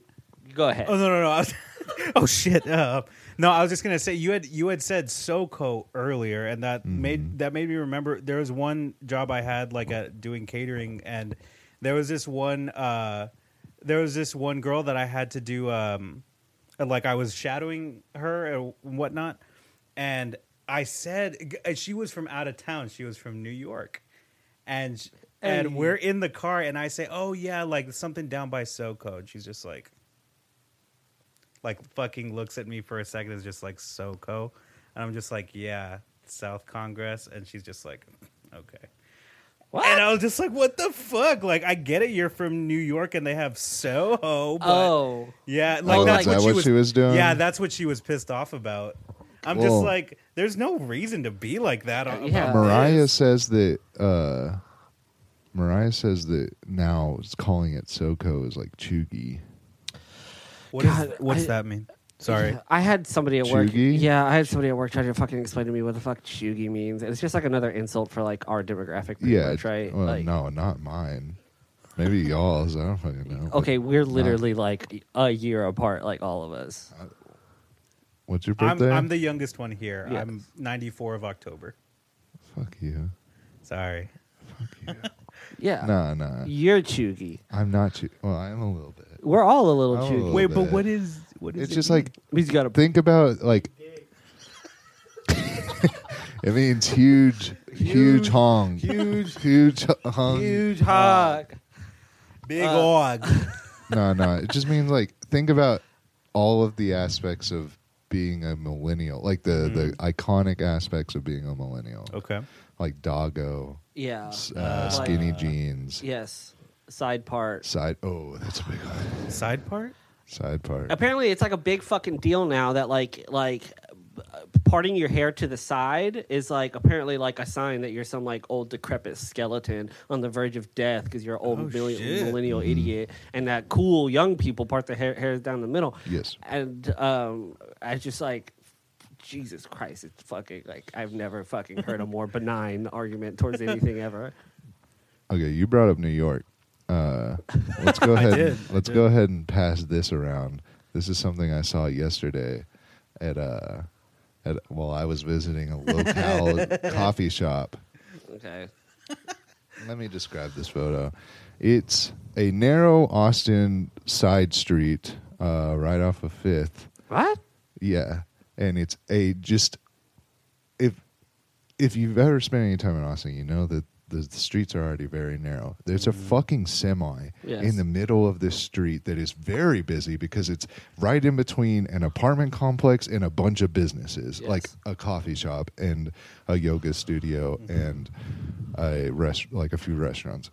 Speaker 2: Go ahead.
Speaker 3: Oh no no no! I was- oh shit! Uh, no, I was just gonna say you had you had said SoCo earlier, and that made that made me remember there was one job I had like at doing catering, and there was this one uh, there was this one girl that I had to do um, and, like I was shadowing her and whatnot, and I said and she was from out of town. She was from New York, and sh- and
Speaker 2: Hey.
Speaker 3: we're in the car, and I say, "Oh yeah, like something down by SoCo." And she's just like like fucking looks at me for a second is just like SoCo, and I'm just like, yeah, South Congress, and she's just like, okay.
Speaker 2: What?
Speaker 3: And I was just like, what the fuck? Like, I get it, you're from New York and they have Soho, but
Speaker 2: oh.
Speaker 3: yeah, like
Speaker 1: Oh,
Speaker 3: that's
Speaker 1: is
Speaker 3: what,
Speaker 1: that
Speaker 3: she,
Speaker 1: what
Speaker 3: was,
Speaker 1: she was doing?
Speaker 3: Yeah, that's what she was pissed off about. I'm
Speaker 1: Cool.
Speaker 3: just like, there's no reason to be like that.
Speaker 2: Uh,
Speaker 3: on-
Speaker 2: Yeah.
Speaker 3: about
Speaker 1: Mariah
Speaker 3: this.
Speaker 1: says that. uh Mariah says that now it's calling it SoCo is like chuggy.
Speaker 3: What is-
Speaker 2: God,
Speaker 3: what's
Speaker 2: I-
Speaker 3: that mean? Sorry.
Speaker 2: Yeah, I had somebody at work.
Speaker 1: Chuggy?
Speaker 2: Yeah, I had somebody at work trying to fucking explain to me what the fuck chuggy means. And it's just like another insult for like our demographic. pretty
Speaker 1: Yeah,
Speaker 2: much, right.
Speaker 1: Well,
Speaker 2: Like,
Speaker 1: no, not mine. Maybe y'all's. I don't fucking know. but
Speaker 2: Okay, we're literally like a year apart, like all of us.
Speaker 1: Uh, what's your
Speaker 3: I'm,
Speaker 1: birthday?
Speaker 3: I'm the youngest one here.
Speaker 2: Yes.
Speaker 3: I'm 94 of October.
Speaker 1: Fuck you.
Speaker 3: Sorry.
Speaker 2: Yeah,
Speaker 1: Nah, nah.
Speaker 2: you're chuggy.
Speaker 1: I'm not. Chu- well, I am a little bit.
Speaker 2: We're all a little
Speaker 1: I'm a
Speaker 2: chuggy.
Speaker 1: little-
Speaker 3: Wait, but
Speaker 1: bit.
Speaker 3: what is what is
Speaker 1: Oh, It's
Speaker 3: it
Speaker 1: just
Speaker 3: mean?
Speaker 1: like
Speaker 2: He's got a.
Speaker 1: think about like. it means huge, huge hong, huge, huge hong.
Speaker 2: huge hog.
Speaker 3: Big
Speaker 2: Uh,
Speaker 3: org.
Speaker 1: No, no. It just means like think about all of the aspects of being a millennial, like the the iconic aspects of being a millennial,
Speaker 3: Okay.
Speaker 1: like doggo,
Speaker 2: Yeah.
Speaker 1: s- uh,
Speaker 2: Like-
Speaker 1: skinny jeans,
Speaker 2: Yes. Side part.
Speaker 1: side. Oh, that's a big one.
Speaker 3: Side part?
Speaker 1: Side part.
Speaker 2: Apparently, it's like a big fucking deal now that like like uh, parting your hair to the side is like apparently like a sign that you're some like old decrepit skeleton on the verge of death because you're an old
Speaker 3: Oh,
Speaker 2: millennial,
Speaker 3: shit.
Speaker 2: millennial
Speaker 1: Mm-hmm.
Speaker 2: idiot, and that cool young people part their hair, hairs down the middle.
Speaker 1: Yes.
Speaker 2: and um, I just like. Jesus Christ, it's fucking like I've never fucking heard a more benign argument towards anything ever.
Speaker 1: Okay, you brought up New York. Uh, let's go ahead.
Speaker 3: did,
Speaker 1: And,
Speaker 3: I
Speaker 1: let's
Speaker 3: did.
Speaker 1: go ahead and pass this around. This is something I saw yesterday at uh at while I was visiting a local coffee shop.
Speaker 2: Okay.
Speaker 1: Let me describe this photo. It's a narrow Austin side street, uh, right off of Fifth.
Speaker 2: What?
Speaker 1: Yeah, and it's a just if if you've ever spent any time in Austin, you know that the, the streets are already very narrow. There's a fucking semi
Speaker 2: Mm-hmm. Yes.
Speaker 1: in the middle of this street that is very busy because it's right in between an apartment complex and a bunch of businesses,
Speaker 2: Yes.
Speaker 1: like a coffee shop and a yoga studio
Speaker 2: Mm-hmm.
Speaker 1: and a rest like a few restaurants.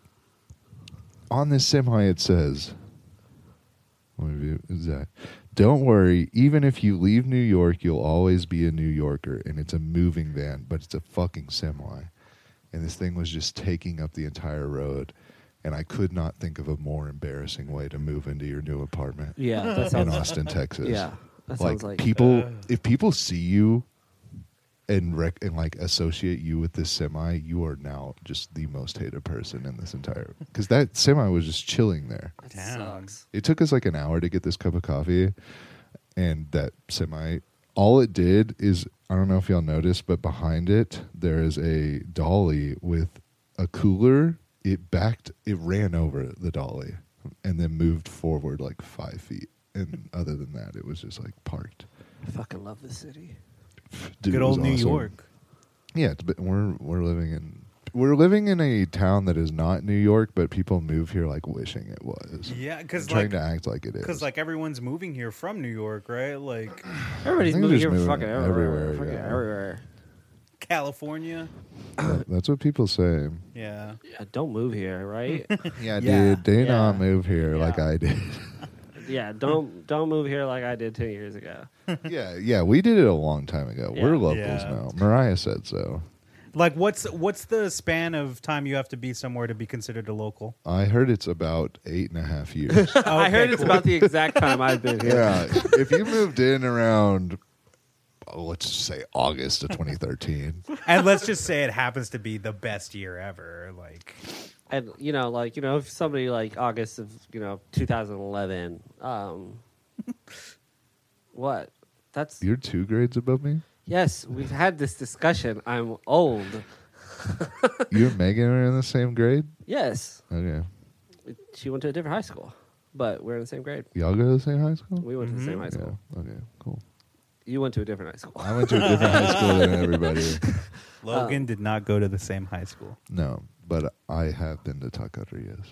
Speaker 1: On this semi, it says. Let me view exact. Don't worry, even if you leave New York, you'll always be a New Yorker. And it's a moving van, but it's a fucking semi. And this thing was just taking up the entire road. And I could not think of a more embarrassing way to move into your new apartment
Speaker 2: Yeah, that
Speaker 1: in
Speaker 2: sounds.
Speaker 1: Austin, Texas.
Speaker 2: Yeah, that
Speaker 1: Like,
Speaker 2: sounds like uh,
Speaker 1: people, if people see you and rec- and like associate you with this semi, you are now just the most hated person in this entire. Because that semi was just chilling there.
Speaker 2: That
Speaker 3: Damn.
Speaker 2: sucks.
Speaker 1: It took us like an hour to get this cup of coffee and that semi. All it did is, I don't know if y'all noticed, but behind it, there is a dolly with a cooler. It backed, it ran over the dolly and then moved forward like five feet. And other than that, it was just like parked.
Speaker 2: I fucking love this city.
Speaker 1: Dude,
Speaker 3: Good
Speaker 1: it was
Speaker 3: old New
Speaker 1: awesome.
Speaker 3: York.
Speaker 1: Yeah, it's, but we're we're living in we're living in a town that is not New York, but people move here like wishing it was.
Speaker 3: Yeah, because
Speaker 1: trying
Speaker 3: like,
Speaker 1: to act like it is.
Speaker 3: because like everyone's moving here from New York, right? Like
Speaker 2: Everybody's
Speaker 1: I think
Speaker 2: moving
Speaker 1: they're
Speaker 2: here
Speaker 1: just
Speaker 2: fucking
Speaker 1: moving
Speaker 2: everywhere.
Speaker 1: everywhere,
Speaker 2: fucking
Speaker 1: yeah.
Speaker 2: everywhere.
Speaker 3: California.
Speaker 1: That- that's what people say.
Speaker 3: Yeah.
Speaker 2: Yeah, don't move here, right?
Speaker 1: Yeah,
Speaker 3: Yeah.
Speaker 1: dude, do not
Speaker 2: Yeah.
Speaker 1: move here like
Speaker 2: Yeah.
Speaker 1: I did.
Speaker 2: yeah, don't don't move here like I did ten years ago.
Speaker 1: yeah, yeah, we did it a long time ago.
Speaker 2: Yeah.
Speaker 1: We're locals
Speaker 3: Yeah.
Speaker 1: now. Mariah said so.
Speaker 3: Like what's what's the span of time you have to be somewhere to be considered a local?
Speaker 1: I heard it's about eight and a half years.
Speaker 2: I heard
Speaker 3: Okay,
Speaker 2: it's
Speaker 3: cool.
Speaker 2: about the exact time I've been here.
Speaker 1: yeah, if you moved in around, oh, let's just say August of 2013.
Speaker 3: and let's just say it happens to be the best year ever. Like
Speaker 2: Um, and you know, like you know, if somebody like August of you know 2011, um, what? That's
Speaker 1: You're two grades above me.
Speaker 2: yes. We've had this discussion. I'm old.
Speaker 1: You and Megan are in the same grade.
Speaker 2: Yes,
Speaker 1: Okay,
Speaker 2: she went to a different high school, but we're in the same grade.
Speaker 1: y'all go to the same high school.
Speaker 2: We went to the same
Speaker 3: Mhm.
Speaker 2: high school.
Speaker 1: Yeah. Okay. Cool.
Speaker 2: You went to a different high school.
Speaker 1: I went to a different high school than everybody.
Speaker 3: Logan did not go to the same high school.
Speaker 1: No, but I have been to taquerias.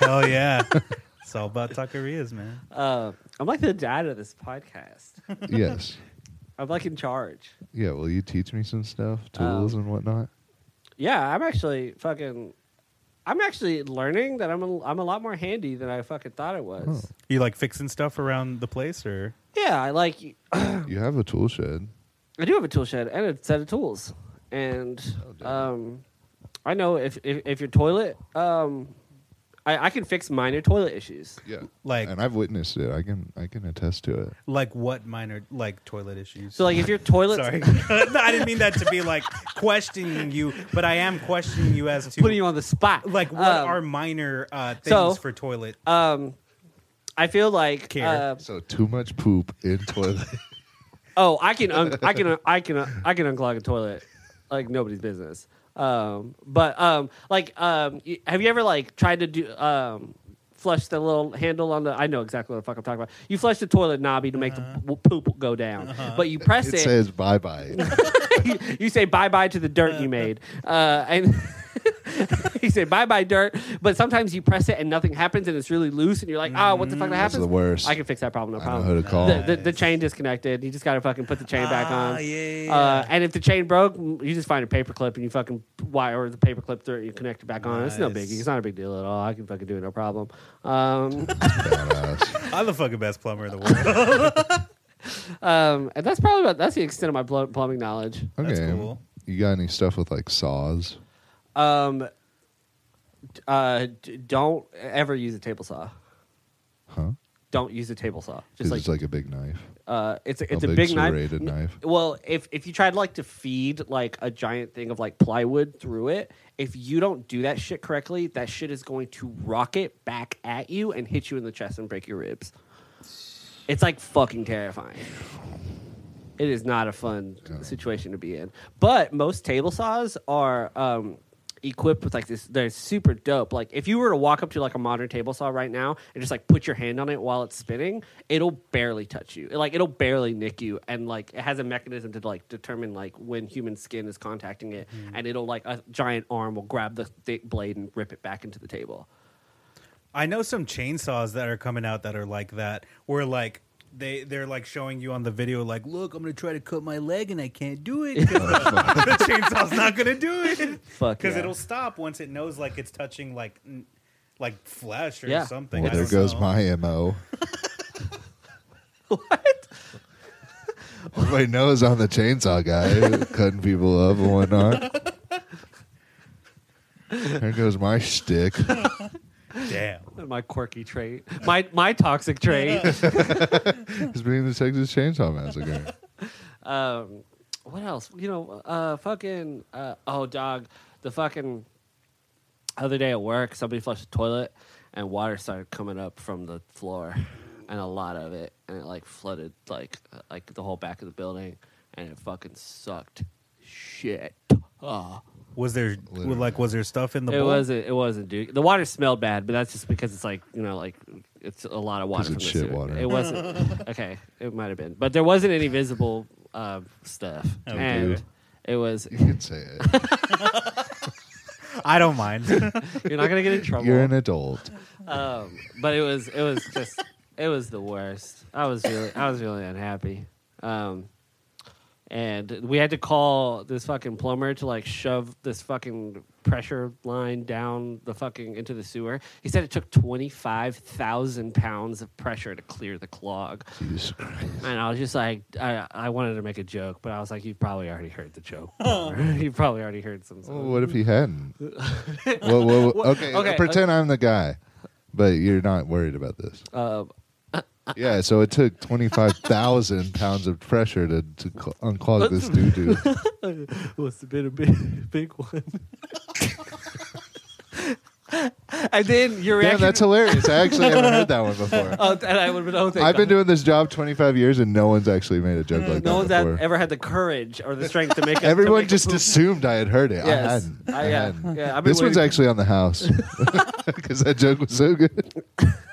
Speaker 3: Hell yeah. It's all about taquerias, man.
Speaker 2: Uh, I'm like the dad of this podcast.
Speaker 1: Yes.
Speaker 2: I'm like in charge.
Speaker 1: Yeah. Will you teach me some stuff,
Speaker 2: Um,
Speaker 1: tools and whatnot?
Speaker 2: Yeah, I'm actually fucking. I'm actually learning that I'm a, I'm a lot more handy than I fucking thought it was.
Speaker 3: You like fixing stuff around the place or
Speaker 2: Yeah, I like.
Speaker 1: You have a tool shed.
Speaker 2: I do have a tool shed and a set of tools, and
Speaker 3: Oh,
Speaker 2: um, I know if, if if your toilet, um, I, I can fix minor toilet issues.
Speaker 1: Yeah.
Speaker 3: like
Speaker 1: And I've witnessed it. I can I can attest to it.
Speaker 3: like what minor like toilet issues?
Speaker 2: So like if your toilet's
Speaker 3: Sorry. No, I didn't mean that to be like questioning you, but I am questioning you as to
Speaker 2: putting you on the spot,
Speaker 3: like what
Speaker 2: um,
Speaker 3: are minor uh, things
Speaker 2: so-
Speaker 3: for toilet.
Speaker 2: um, I feel like
Speaker 3: Care.
Speaker 2: uh,
Speaker 1: So too much poop in toilet.
Speaker 2: Oh, I can, un- I can, I can, I can unclog a toilet like nobody's business. Um, but um, like, um, y- have you ever like tried to do um, flush the little handle on the? I know exactly what the fuck I'm talking about. You flush the toilet knobby to make
Speaker 3: Uh-huh.
Speaker 2: the p- poop go down, but you press
Speaker 1: it
Speaker 2: it.
Speaker 1: says bye bye.
Speaker 2: you, you say bye bye to the dirt you made, uh, and. you say bye bye dirt, but sometimes you press it and nothing happens and it's really loose and you're like, oh, what the fuck that
Speaker 1: Mm, That's
Speaker 2: happens?
Speaker 1: the worst.
Speaker 2: I can fix that problem.
Speaker 1: I
Speaker 2: No
Speaker 1: know
Speaker 2: problem.
Speaker 1: who to call.
Speaker 2: The, the, the
Speaker 3: Nice.
Speaker 2: chain disconnected. You just gotta fucking put the chain back on.
Speaker 3: Ah, yeah, yeah,
Speaker 2: Uh,
Speaker 3: yeah.
Speaker 2: and if the chain broke, you just find a paper clip and you fucking wire the paper clip through it. You connect it back on. It's no
Speaker 3: Nice.
Speaker 2: biggie. It's not a big deal at all. I can fucking do it. No problem. Um,
Speaker 1: Badass.
Speaker 3: I'm the fucking best plumber in the world.
Speaker 2: um, and that's probably about that's the extent of my pl- plumbing knowledge.
Speaker 1: Okay.
Speaker 3: That's cool.
Speaker 1: You got any stuff with like saws?
Speaker 2: Um, d- uh, d- don't ever use a table saw.
Speaker 1: Huh?
Speaker 2: Don't use a table saw.
Speaker 1: 'Cause
Speaker 2: Just like,
Speaker 1: it's like a big knife.
Speaker 2: uh, it's a, it's
Speaker 1: a
Speaker 2: a,
Speaker 1: big
Speaker 2: big knife.
Speaker 1: serrated
Speaker 2: N-
Speaker 1: knife.
Speaker 2: Well, if if you tried like to feed like a giant thing of like plywood through it, if you don't do that shit correctly, that shit is going to rocket back at you and hit you in the chest and break your ribs. It's like fucking terrifying. It is not a fun situation to be in. But most table saws are um, equipped with like this. They're super dope. Like if you were to walk up to like a modern table saw right now and just like put your hand on it while it's spinning, it'll barely touch you. Like it'll barely nick you, and like it has a mechanism to like determine like when human skin is contacting it, and it'll like a giant arm will grab the thick blade and rip it back into the table.
Speaker 3: I know some chainsaws that are coming out that are like that, where like they they're like showing you on the video, like, look, I'm gonna try to cut my leg and I can't do it. 'cause the chainsaw's not gonna do it
Speaker 2: Fuck,
Speaker 3: because
Speaker 2: yeah.
Speaker 3: it'll stop once it knows like it's touching like n- like flesh or
Speaker 2: Yeah.
Speaker 3: something.
Speaker 1: Well,
Speaker 3: I
Speaker 1: there
Speaker 3: don't
Speaker 1: goes
Speaker 3: know.
Speaker 1: my mo. what? My nose on the chainsaw guy, cutting people up and whatnot. There goes my shtick.
Speaker 3: damn.
Speaker 2: My quirky trait, my my toxic trait.
Speaker 1: It's being the Texas Chainsaw Massacre.
Speaker 2: um, what else? You know, uh, fucking. Uh, oh, dog. The fucking other day at work, somebody flushed the toilet, and water started coming up from the floor, and a lot of it, and it like flooded like uh, like the whole back of the building, and it fucking sucked. Shit. Oh.
Speaker 3: Was there
Speaker 1: Literally.
Speaker 3: like was there stuff in the
Speaker 2: It
Speaker 3: bowl?
Speaker 2: wasn't. It wasn't, dude. The water smelled bad, but that's just because it's like you know, like it's a lot of water.
Speaker 1: 'Cause
Speaker 2: From
Speaker 1: it's
Speaker 2: the
Speaker 1: shit
Speaker 2: sewer.
Speaker 1: water.
Speaker 2: It wasn't. okay, it might have been, but there wasn't any visible uh, stuff,
Speaker 3: Oh,
Speaker 2: and
Speaker 1: dude.
Speaker 2: It was
Speaker 1: You can say it.
Speaker 3: I don't mind.
Speaker 2: you're not gonna get in trouble.
Speaker 1: You're an adult.
Speaker 2: um, but it was it was just it was the worst. I was really I was really unhappy. Um, and we had to call this fucking plumber to like shove this fucking pressure line down the fucking into the sewer. He said it took twenty five thousand pounds of pressure to clear the clog.
Speaker 1: Jesus Christ.
Speaker 2: And I was just like, I, I wanted to make a joke, but I was like, you probably already heard the joke. you probably already heard some.
Speaker 1: Well, what if he hadn't? Whoa, whoa, whoa. Okay,
Speaker 2: okay,
Speaker 1: pretend I'm the guy, but you're not worried about this.
Speaker 2: Uh,
Speaker 1: yeah, so it took 25,000 pounds of pressure to, to cl- unclog this doo doo.
Speaker 2: Must have been a big, big one. and then your
Speaker 1: Damn,
Speaker 2: reaction.
Speaker 1: that's hilarious. I actually haven't heard that one before.
Speaker 2: oh, and I would have been. Oh, thank
Speaker 1: I've been
Speaker 2: God.
Speaker 1: doing this job 25 years and no one's actually made a joke like
Speaker 2: Mm,
Speaker 1: that
Speaker 2: No one's
Speaker 1: before.
Speaker 2: had, ever had the courage or the strength to make. A, to
Speaker 1: Everyone
Speaker 2: make a
Speaker 1: just
Speaker 2: poop.
Speaker 1: assumed I had heard it. I
Speaker 2: Yes.
Speaker 1: hadn't.
Speaker 2: I- yeah, yeah, I've been
Speaker 1: this one's
Speaker 2: waiting-
Speaker 1: actually on the house because that joke was so good.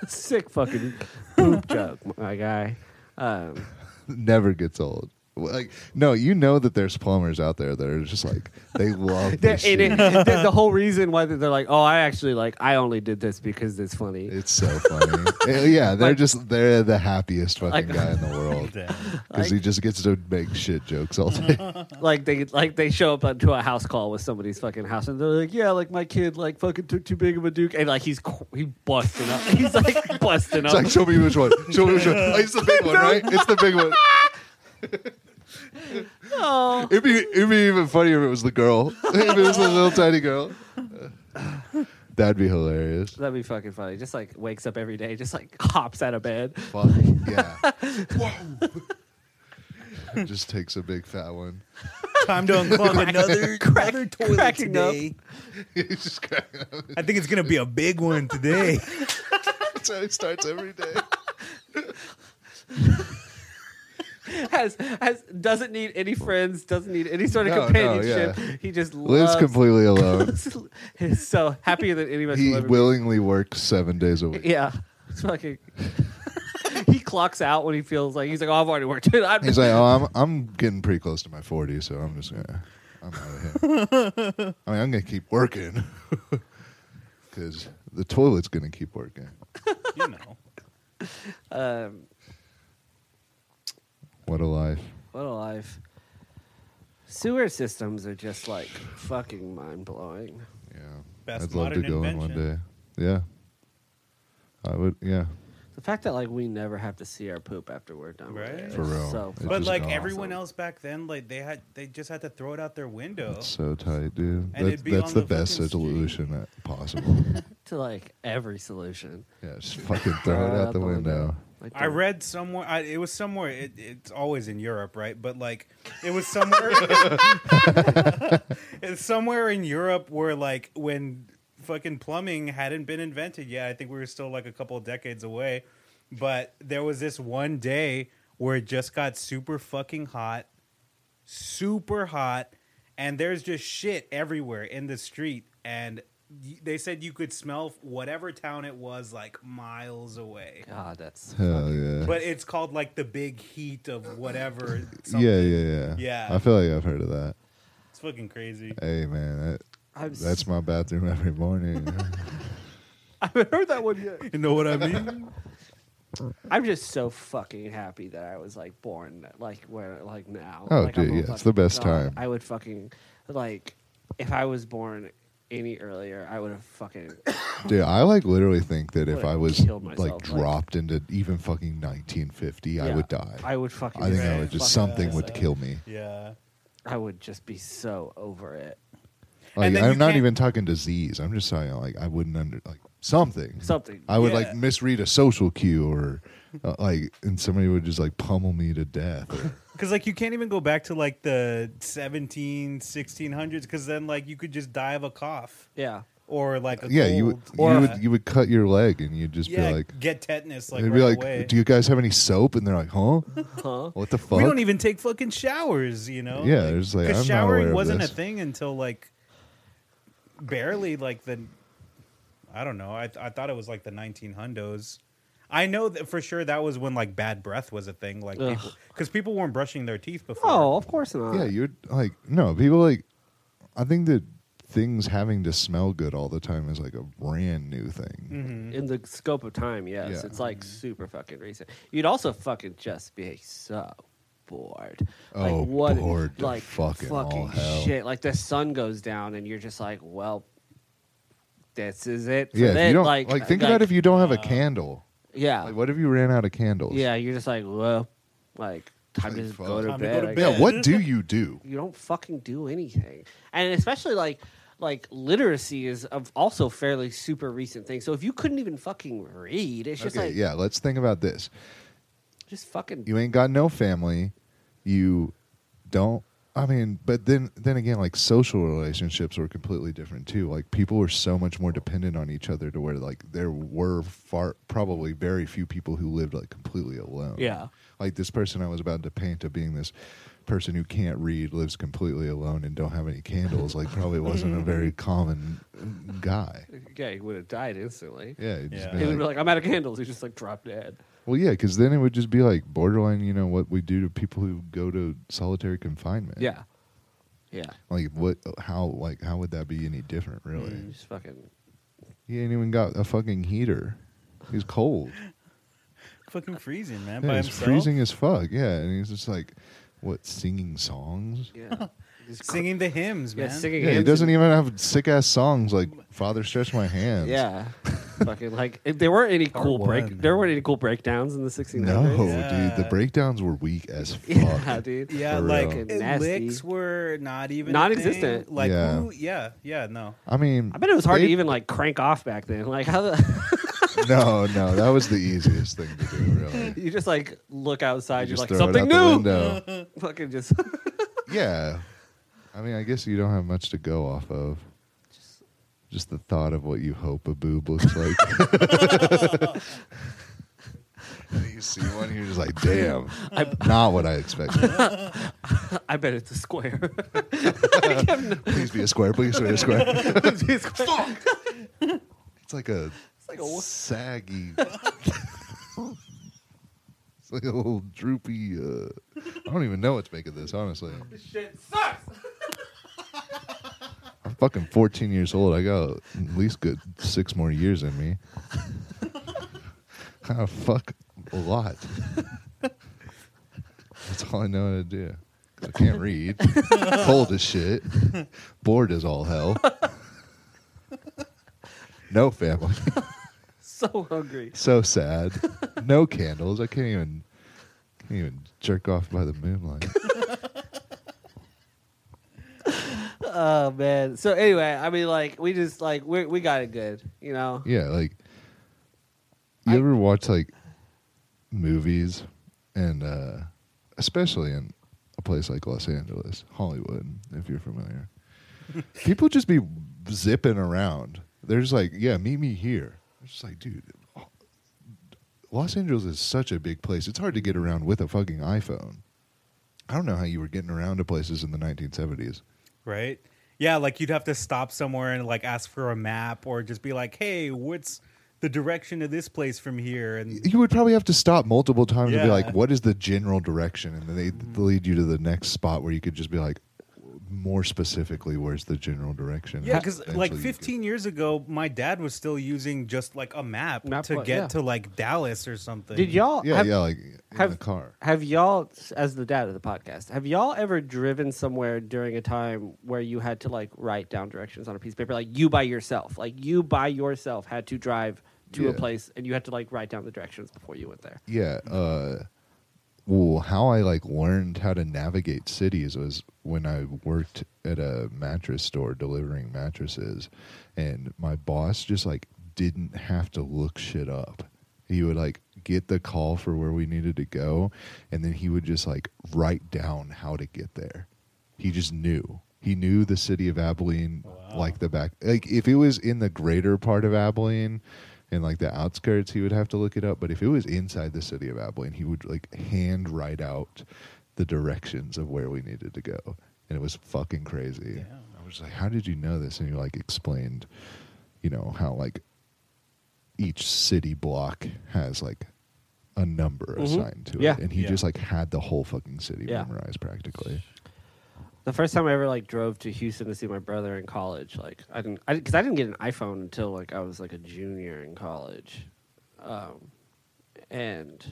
Speaker 2: sick fucking poop joke, my guy. Um,
Speaker 1: Never gets old. Like, no, you know that there's plumbers out there that are just like they love
Speaker 2: they're-
Speaker 1: this.
Speaker 2: and
Speaker 1: shit.
Speaker 2: it- the, the whole reason why they're like, oh, I actually like, I only did this because it's funny.
Speaker 1: It's so funny. Eh, yeah, they're
Speaker 2: Like-
Speaker 1: just they're the happiest fucking
Speaker 2: Like-
Speaker 1: guy in the world because
Speaker 3: Damn.
Speaker 1: he just gets to make shit jokes all day.
Speaker 2: like they like they show up to a house call with somebody's fucking house and they're like, yeah, like my kid like fucking took too big of a duke and like he's qu- he busting up, he's like busting
Speaker 1: It's
Speaker 2: up.
Speaker 1: like, show me which one. Show me which one. Oh, it's the big one, right? It's the big one.
Speaker 2: oh,
Speaker 1: It'd be it'd be even funnier if it was the girl. if it was the little tiny girl. That'd be hilarious.
Speaker 2: that'd be fucking funny. Just like wakes up every day, just like hops out of bed.
Speaker 1: Fuck yeah. Just takes a big fat one.
Speaker 3: Time to unclog another, another toilet
Speaker 2: cracking up.
Speaker 3: today.
Speaker 1: He's just cracking up.
Speaker 3: I think it's gonna be a big one today.
Speaker 1: That's how it starts every day.
Speaker 2: Has has doesn't need any friends, doesn't need any sort of
Speaker 1: No, no,
Speaker 2: companionship.
Speaker 1: yeah.
Speaker 2: He just
Speaker 1: Lives
Speaker 2: lives
Speaker 3: Uh,
Speaker 1: completely alone.
Speaker 2: He's so happier than anybody.
Speaker 1: He
Speaker 2: will ever be.
Speaker 1: willingly works seven days a week.
Speaker 2: Yeah, it's fucking. he clocks out when he feels like he's like, oh, I've already worked it. I'm
Speaker 1: He's like, oh, I'm I'm getting pretty close to my 40, so I'm just gonna, I'm out of here. I mean, I'm gonna keep working because the toilet's gonna keep working.
Speaker 3: you know.
Speaker 2: um,
Speaker 1: What a life!
Speaker 2: What a life. Sewer systems are just like fucking mind blowing.
Speaker 1: Yeah,
Speaker 3: Best
Speaker 1: I'd love to
Speaker 3: modern
Speaker 1: go in one
Speaker 3: invention.
Speaker 1: day. Yeah, I would. Yeah,
Speaker 2: The fact that like we never have to see our poop after we're done. with
Speaker 3: Right?
Speaker 2: it
Speaker 1: For
Speaker 2: is
Speaker 1: real.
Speaker 2: So
Speaker 1: It's
Speaker 2: fucking
Speaker 3: But
Speaker 1: just
Speaker 3: like
Speaker 1: gone.
Speaker 2: awesome.
Speaker 3: everyone else back then, like they had they just had to throw it out their window.
Speaker 1: it's so tight, dude. That's,
Speaker 3: it'd be
Speaker 1: that's
Speaker 3: on
Speaker 1: the,
Speaker 3: the
Speaker 1: best
Speaker 3: fucking street.
Speaker 1: solution that possible.
Speaker 2: to like every solution.
Speaker 1: yeah, just fucking throw it out the window.
Speaker 2: Like
Speaker 3: I
Speaker 2: the-
Speaker 3: read somewhere. I, it was somewhere. It, it's always in Europe, right? But like, it was somewhere. it's somewhere in Europe where like when fucking plumbing hadn't been invented yet. I think we were still like a couple of decades away. But there was this one day where it just got super fucking hot, super hot, and there's just shit everywhere in the street. And y- they said you could smell whatever town it was like miles away
Speaker 2: God, that's
Speaker 1: Hell yeah.
Speaker 3: but it's called like the big heat of whatever. Something.
Speaker 1: yeah, yeah, yeah.
Speaker 3: Yeah.
Speaker 1: I feel like I've heard of that.
Speaker 3: It's fucking crazy.
Speaker 1: Hey, man, that,
Speaker 2: I'm s-
Speaker 1: that's my bathroom every morning.
Speaker 2: I haven't heard that one yet.
Speaker 3: You know what I mean?
Speaker 2: I'm just so fucking happy that I was like born like where like now.
Speaker 1: Oh,
Speaker 2: like, I'm
Speaker 1: dude,
Speaker 2: a
Speaker 1: yeah, it's the
Speaker 2: fucking
Speaker 1: best time.
Speaker 2: I would fucking like if I was born any earlier, I would have fucking
Speaker 1: Dude, I like literally think that if
Speaker 2: Would've
Speaker 1: I was
Speaker 2: killed
Speaker 1: like
Speaker 2: myself, like-
Speaker 1: dropped into even fucking 1950, I
Speaker 2: yeah,
Speaker 1: would die. I,
Speaker 2: I would fucking.
Speaker 1: think
Speaker 3: Right.
Speaker 1: I would just
Speaker 2: fucking-
Speaker 1: something would
Speaker 3: Yeah.
Speaker 1: kill me.
Speaker 3: Yeah.
Speaker 2: I would just be so over it.
Speaker 1: Like
Speaker 3: And then
Speaker 1: I'm
Speaker 3: you
Speaker 1: not
Speaker 3: can't-
Speaker 1: even talking disease. I'm just talking like I wouldn't under like something.
Speaker 2: Something.
Speaker 1: I would
Speaker 3: Yeah.
Speaker 1: like misread a social cue or uh, like, and somebody would just like pummel me to death. Or,
Speaker 3: Because like you can't even go back to like the 17, 1600s because then like you could just die of a cough
Speaker 2: yeah.
Speaker 3: or like a
Speaker 1: yeah, you would
Speaker 3: cold.
Speaker 1: you would you would cut your leg and you'd just
Speaker 3: yeah,
Speaker 1: be like,
Speaker 3: get tetanus like
Speaker 1: they'd
Speaker 3: right
Speaker 1: be like,
Speaker 3: away.
Speaker 1: do you guys have any soap? And they're like, huh?
Speaker 2: Huh?
Speaker 1: What the fuck?
Speaker 3: we don't even take fucking showers, you know?
Speaker 1: Yeah, it's like,
Speaker 3: 'cause
Speaker 1: I'm not
Speaker 3: showering
Speaker 1: aware of
Speaker 3: wasn't
Speaker 1: this.
Speaker 3: a thing until like barely like the I don't know. I I thought it was like the 1900s. I know that for sure that was when like bad breath was a thing, like
Speaker 2: Ugh.
Speaker 3: because people, weren't brushing their teeth before.
Speaker 2: Oh, of course not.
Speaker 1: Yeah, you're like no people like. I think that things having to smell good all the time is like a brand new thing.
Speaker 3: Mhm.
Speaker 2: in the scope of time, yes,
Speaker 1: Yeah.
Speaker 2: it's like super fucking recent. You'd also fucking just be so bored. Like
Speaker 1: Oh,
Speaker 2: what?
Speaker 1: bored to
Speaker 2: like
Speaker 1: fucking all
Speaker 2: fucking
Speaker 1: hell.
Speaker 2: shit. Like the sun goes down and you're just like, well, this is it. For
Speaker 1: Yeah, if
Speaker 2: then,
Speaker 1: you don't
Speaker 2: like,
Speaker 1: like, think about if you don't have a candle.
Speaker 2: yeah,
Speaker 1: Like, what if you ran out of candles?
Speaker 2: yeah. You're just like, well, like time to
Speaker 1: Like,
Speaker 2: just
Speaker 1: fuck.
Speaker 2: go to
Speaker 3: Time to
Speaker 2: bed.
Speaker 3: go to
Speaker 2: I
Speaker 3: bed.
Speaker 2: guess.
Speaker 1: Yeah, what do you do?
Speaker 2: you don't fucking do anything and especially like like literacy is of also fairly super recent thing so if you couldn't even fucking read it's just
Speaker 1: okay,
Speaker 2: like
Speaker 1: yeah, let's think about this.
Speaker 2: just fucking
Speaker 1: You ain't got no family. You don't. I mean, but then then again, like social relationships were completely different too. Like people were so much more dependent on each other to where like there were far probably very few people who lived like completely alone.
Speaker 2: yeah
Speaker 1: Like this person I was about to paint of being this person who can't read, lives completely alone, and don't have any candles. Like probably wasn't a very common guy.
Speaker 2: yeah he would have died instantly
Speaker 1: Yeah, it'd just
Speaker 3: Yeah.
Speaker 1: be
Speaker 2: he would
Speaker 1: like-
Speaker 2: be like i'm out of candles he just like dropped dead
Speaker 1: Well, yeah, because then it would just be like borderline, you know, what we do to people who go to solitary confinement.
Speaker 2: yeah yeah
Speaker 1: Like what? How? Like how would that be any different? Really?
Speaker 2: You just fucking
Speaker 1: He ain't even got a fucking heater. He's cold.
Speaker 3: fucking freezing, man.
Speaker 1: yeah,
Speaker 3: by
Speaker 1: he's
Speaker 3: himself,
Speaker 1: freezing as fuck. Yeah, and he's just like, what? Singing songs?
Speaker 2: yeah Just cr-
Speaker 3: singing the hymns,
Speaker 2: yeah
Speaker 3: man.
Speaker 2: singing
Speaker 1: Yeah, he
Speaker 2: hymns
Speaker 1: doesn't even have sick ass songs like "Father Stretch My
Speaker 2: and-
Speaker 1: Hands."
Speaker 2: yeah fucking like if there weren't any
Speaker 3: Part
Speaker 2: cool break
Speaker 3: one.
Speaker 2: there weren't any cool breakdowns in the 1600s
Speaker 1: No,
Speaker 3: Yeah.
Speaker 1: dude, the breakdowns were weak as fuck.
Speaker 2: yeah dude
Speaker 3: Yeah,
Speaker 1: For
Speaker 3: like
Speaker 1: real.
Speaker 3: it-
Speaker 2: Nasty.
Speaker 3: licks were not even a
Speaker 2: Non-existent.
Speaker 3: thing. Like
Speaker 1: Yeah.
Speaker 3: who? Yeah, yeah, no.
Speaker 1: I mean,
Speaker 2: I bet it was hard
Speaker 1: they-
Speaker 2: to even like crank off back then. Like how the,
Speaker 1: No, no, that was the easiest thing to do. Really,
Speaker 2: you just like look outside,
Speaker 1: You
Speaker 2: you're
Speaker 1: just
Speaker 2: like
Speaker 1: throw it
Speaker 2: something
Speaker 1: out the
Speaker 2: new.
Speaker 1: window.
Speaker 2: Fucking just,
Speaker 1: Yeah. I mean, I guess you don't have much to go off of.
Speaker 2: just
Speaker 1: Just the thought of what you hope a boob looks like. And you see one, you're just like, damn, not what I expected.
Speaker 2: I bet it's a square.
Speaker 1: Please be a square. Please be a square.
Speaker 2: It's a square.
Speaker 1: It's like a,
Speaker 2: It's like a wo-
Speaker 1: saggy. it's like a little droopy. Uh, I don't even know what's making this, honestly.
Speaker 2: This shit sucks.
Speaker 1: I'm fucking 14 years old. I got at least good six more years in me. I fuck a lot. That's all I know how to do. 'Cause I can't read. Cold as shit. Bored as all hell. No family.
Speaker 2: So hungry.
Speaker 1: So sad. No candles. I can't even can't even jerk off by the moonlight.
Speaker 2: Oh man. So anyway, I mean, like we just like we we got it good, you know.
Speaker 1: Yeah, like you
Speaker 2: I-
Speaker 1: ever watch like movies and uh especially in a place like Los Angeles, Hollywood, if you're familiar. people just be zipping around. They're just like, yeah, meet me here. I'm just like, dude, Los Angeles is such a big place. It's hard to get around with a fucking iPhone. I don't know how you were getting around to places in the 1970s.
Speaker 3: Right? Yeah, like you'd have to stop somewhere and like ask for a map or just be like, "Hey, what's the direction of this place from here?" And
Speaker 1: you would probably have to stop multiple times and
Speaker 3: Yeah. Mm-hmm.
Speaker 1: be like, "What is the general direction?" And then they lead you to the next spot where you could just be like, more specifically, "Where's the general direction?"
Speaker 3: yeah,
Speaker 1: And
Speaker 3: because like
Speaker 1: eventually you
Speaker 3: 15 years ago, my dad was still using just like a map,
Speaker 2: Map,
Speaker 3: to
Speaker 2: like,
Speaker 3: get
Speaker 2: yeah.
Speaker 3: to like Dallas or something.
Speaker 2: Did y'all?
Speaker 1: could- yeah,
Speaker 2: have,
Speaker 1: yeah, like in
Speaker 2: have-
Speaker 1: the car.
Speaker 2: Have y'all, as the dad of the podcast, have y'all ever driven somewhere during a time where you had to like write down directions on a piece of paper, like you by yourself, like you by yourself had to drive to a
Speaker 1: Yeah.
Speaker 2: place and you had to like write down the directions before you went there?
Speaker 1: Yeah. Uh, well, how I like learned how to navigate cities was when I worked at a mattress store delivering mattresses, and my boss just like didn't have to look shit up. He would like get the call for where we needed to go, and then he would just like write down how to get there. He just knew. He knew the city of Abilene
Speaker 3: Wow.
Speaker 1: like the back. Like if it was in the greater part of Abilene and like the outskirts, he would have to look it up. But if it was inside the city of Abilene, he would like hand write out the directions of where we needed to go. And it was fucking crazy.
Speaker 3: Yeah.
Speaker 1: I was like, How did you know this? And you like explained, you know, how like each city block has like a number assigned to
Speaker 2: Yeah.
Speaker 1: it, and he
Speaker 3: Yeah.
Speaker 1: just like had the whole fucking city
Speaker 2: Yeah.
Speaker 1: memorized practically.
Speaker 2: The first time I ever like drove to Houston to see my brother in college, like I didn't, I because I didn't get an iPhone until like I was like a junior in college, um, and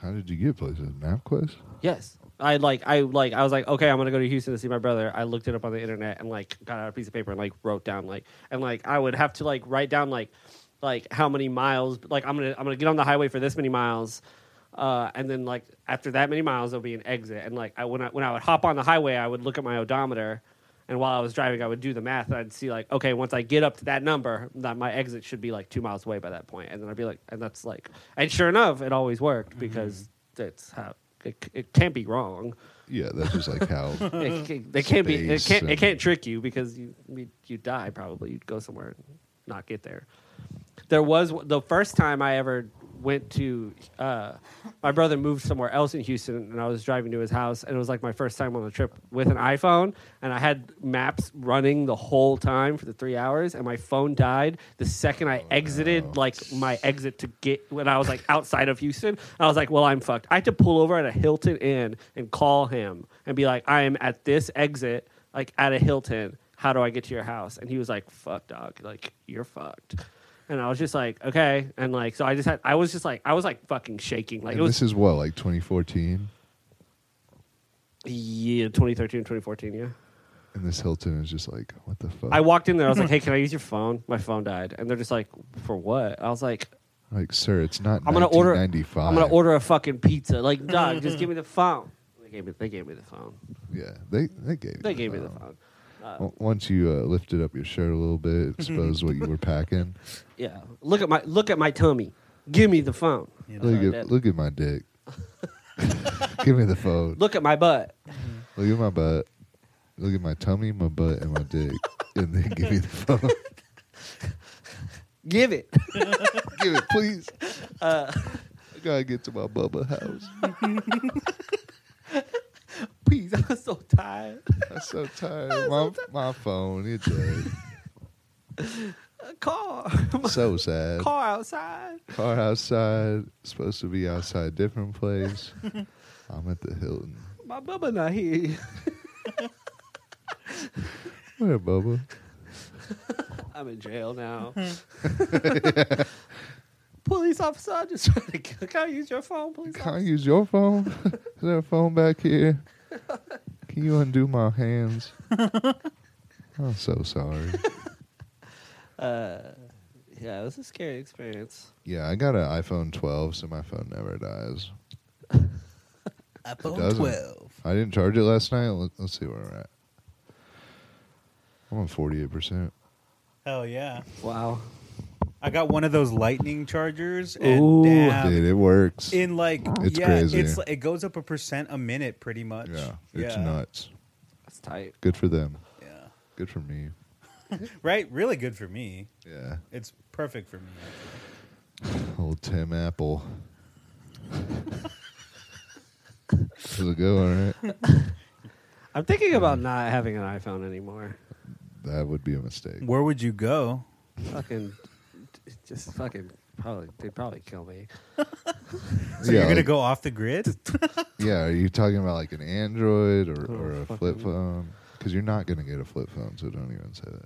Speaker 1: How did you get places? MapQuest?
Speaker 2: yes, I like I like I was like okay, I'm gonna go to Houston to see my brother. I looked it up on the internet and like got out a piece of paper and like wrote down like and like I would have to like write down like like how many miles like I'm gonna I'm gonna get on the highway for this many miles. Uh, and then like after that many miles there'll be an exit and like I, when, I, when i would hop on the highway i would look at my odometer and while i was driving i would do the math and i'd see like okay once i get up to that number that my exit should be like two miles away by that point and then i'd be like and that's like and sure enough it always worked because that's how it, it can't be wrong
Speaker 1: Yeah, that's just like how.
Speaker 2: it, it, they can't be it
Speaker 1: Space
Speaker 2: can't it
Speaker 1: and-
Speaker 2: can't trick you because you you you die probably you'd go somewhere and not get there there was the first time i ever went to uh, my brother moved somewhere else in houston and i was driving to his house and it was like my first time on a trip with an iphone and i had maps running the whole time for the three hours and my phone died the second i exited like my exit to get when i was like outside of houston i was like well i'm fucked i had to pull over at a hilton inn and call him and be like i am at this exit like at a hilton how do i get to your house and he was like fuck dog like you're fucked and I was just like, okay, and like, so I just had, I was just like, I was like fucking shaking, like
Speaker 1: and
Speaker 2: it was
Speaker 1: this is what like 2014,
Speaker 2: yeah, 2013, 2014, yeah.
Speaker 1: and this Hilton is just like, what the fuck?
Speaker 2: I walked in there, I was like, hey, can I use your phone? My phone died, and they're just like, for what? I was like,
Speaker 1: like, sir, it's not.
Speaker 2: I'm gonna order, I'm
Speaker 1: 1995.
Speaker 2: gonna order a fucking pizza, like, dog, just give me the phone. They gave me, they gave me the phone.
Speaker 1: Yeah, they they gave. you
Speaker 2: They gave me the phone.
Speaker 1: O- Once you uh, lifted up your shirt a little bit, exposed what you were packing.
Speaker 2: Yeah, look at my, look at my tummy. Give me the phone.
Speaker 3: You know,
Speaker 1: Look
Speaker 2: Sorry,
Speaker 1: at
Speaker 2: Dad.
Speaker 1: look at my dick. Give me the phone.
Speaker 2: Look at my butt.
Speaker 1: Look at my butt. Look at my tummy, my butt, and my dick, and then give me the phone.
Speaker 2: Give it.
Speaker 1: give it, please.
Speaker 2: Uh,
Speaker 1: I gotta get to my Bubba house.
Speaker 2: Please, I'm so tired.
Speaker 1: I'm so tired. My my phone, it's dead.
Speaker 2: A car,
Speaker 1: so sad.
Speaker 2: car outside.
Speaker 1: Car outside. Supposed to be outside, different place. I'm at the Hilton.
Speaker 2: My bubba not here.
Speaker 1: Where Bubba?
Speaker 2: I'm in jail now. Police officer, I just trying to can I use your phone, please?
Speaker 1: Can I use your phone? Is there a phone back here? Can you undo my hands? I'm so sorry.
Speaker 2: Uh, Yeah, it was a scary experience.
Speaker 1: Yeah, I got an iPhone 12, so my phone never dies.
Speaker 3: iPhone
Speaker 1: doesn't.
Speaker 3: 12.
Speaker 1: I didn't charge it last night. Let- Let's see where we're at. I'm on 48%.
Speaker 3: Hell yeah.
Speaker 2: Wow.
Speaker 3: I got one of those lightning chargers and
Speaker 2: Ooh.
Speaker 3: damn,
Speaker 1: Dude, it works.
Speaker 3: Um, in like
Speaker 1: It's
Speaker 3: yeah,
Speaker 1: crazy.
Speaker 3: it's it goes up a percent a minute pretty much.
Speaker 1: yeah, it's nuts.
Speaker 2: That's tight.
Speaker 1: Good for them.
Speaker 3: Yeah.
Speaker 1: Good for me.
Speaker 3: Right, really good for me.
Speaker 1: Yeah.
Speaker 3: It's perfect for me.
Speaker 1: Old Tim Apple. How's it go? All right.
Speaker 2: I'm thinking about not having an iPhone anymore.
Speaker 1: That would be a mistake.
Speaker 3: Where would you go?
Speaker 2: Fucking just fucking probably they'd probably kill me.
Speaker 3: So
Speaker 1: yeah,
Speaker 3: you're gonna
Speaker 1: like-
Speaker 3: go off the grid?
Speaker 1: Yeah, are you talking about like an Android or,
Speaker 3: Oh,
Speaker 1: or a
Speaker 2: fucking-
Speaker 1: flip phone? Because you're not going to get a flip phone, so don't even say that.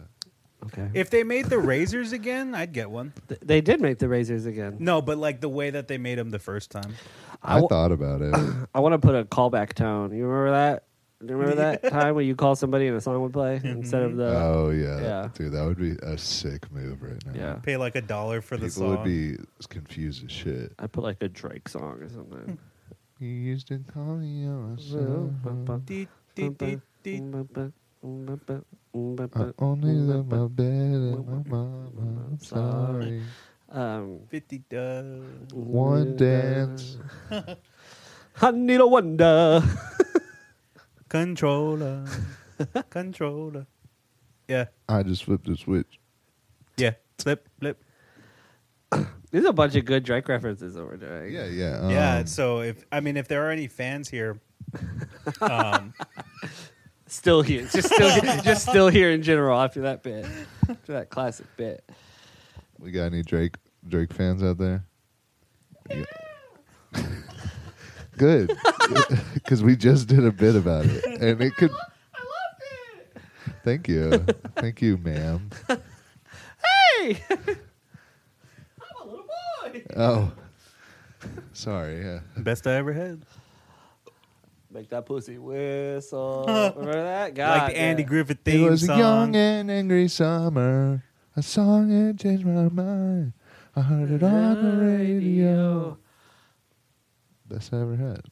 Speaker 2: Okay.
Speaker 3: if they made the razors again, I'd get one.
Speaker 2: Th- they did make the razors again.
Speaker 3: No, but like the way that they made them the first time.
Speaker 2: I
Speaker 1: I
Speaker 2: wa-
Speaker 1: thought about it.
Speaker 2: I want to put a callback tone. You remember that? You remember that time when you call somebody and a song would play instead of the
Speaker 1: oh, yeah. that-
Speaker 2: yeah.
Speaker 1: Dude, that would be a sick move right now.
Speaker 2: yeah.
Speaker 3: Pay like a dollar for the
Speaker 1: People
Speaker 3: song.
Speaker 1: would be as confused as shit.
Speaker 2: I put like a Drake song or something.
Speaker 1: You used to call me on my cell phone.
Speaker 3: Dee, dee, dee, dee.
Speaker 1: I only love my bed and my mama. I'm sorry.
Speaker 2: Um,
Speaker 3: Fifty uh, duh.
Speaker 1: One dance.
Speaker 2: I need a wonder.
Speaker 3: Controller. Controller. Yeah.
Speaker 1: I just flipped the switch.
Speaker 3: Yeah. Flip, flip.
Speaker 2: There's a bunch of good Drake references that we're doing.
Speaker 1: Yeah, yeah. Um,
Speaker 3: yeah. So if I mean if there are any fans here, um,
Speaker 2: Still here. Just still just still here in general after that bit. After that classic bit.
Speaker 1: we got any Drake Drake fans out there? Yeah. Good, because we just did a bit about it, and it could.
Speaker 2: I loved it.
Speaker 1: Thank you, thank you, ma'am.
Speaker 2: Hey, I'm a little boy.
Speaker 1: Oh, sorry. Yeah.
Speaker 3: Best I ever had.
Speaker 2: Make that pussy whistle. Remember that guy?
Speaker 3: like the Andy Griffith
Speaker 1: It
Speaker 3: theme
Speaker 1: was
Speaker 3: song.
Speaker 1: a young and angry summer. A song that changed my mind. I heard it on the radio. Best I ever had.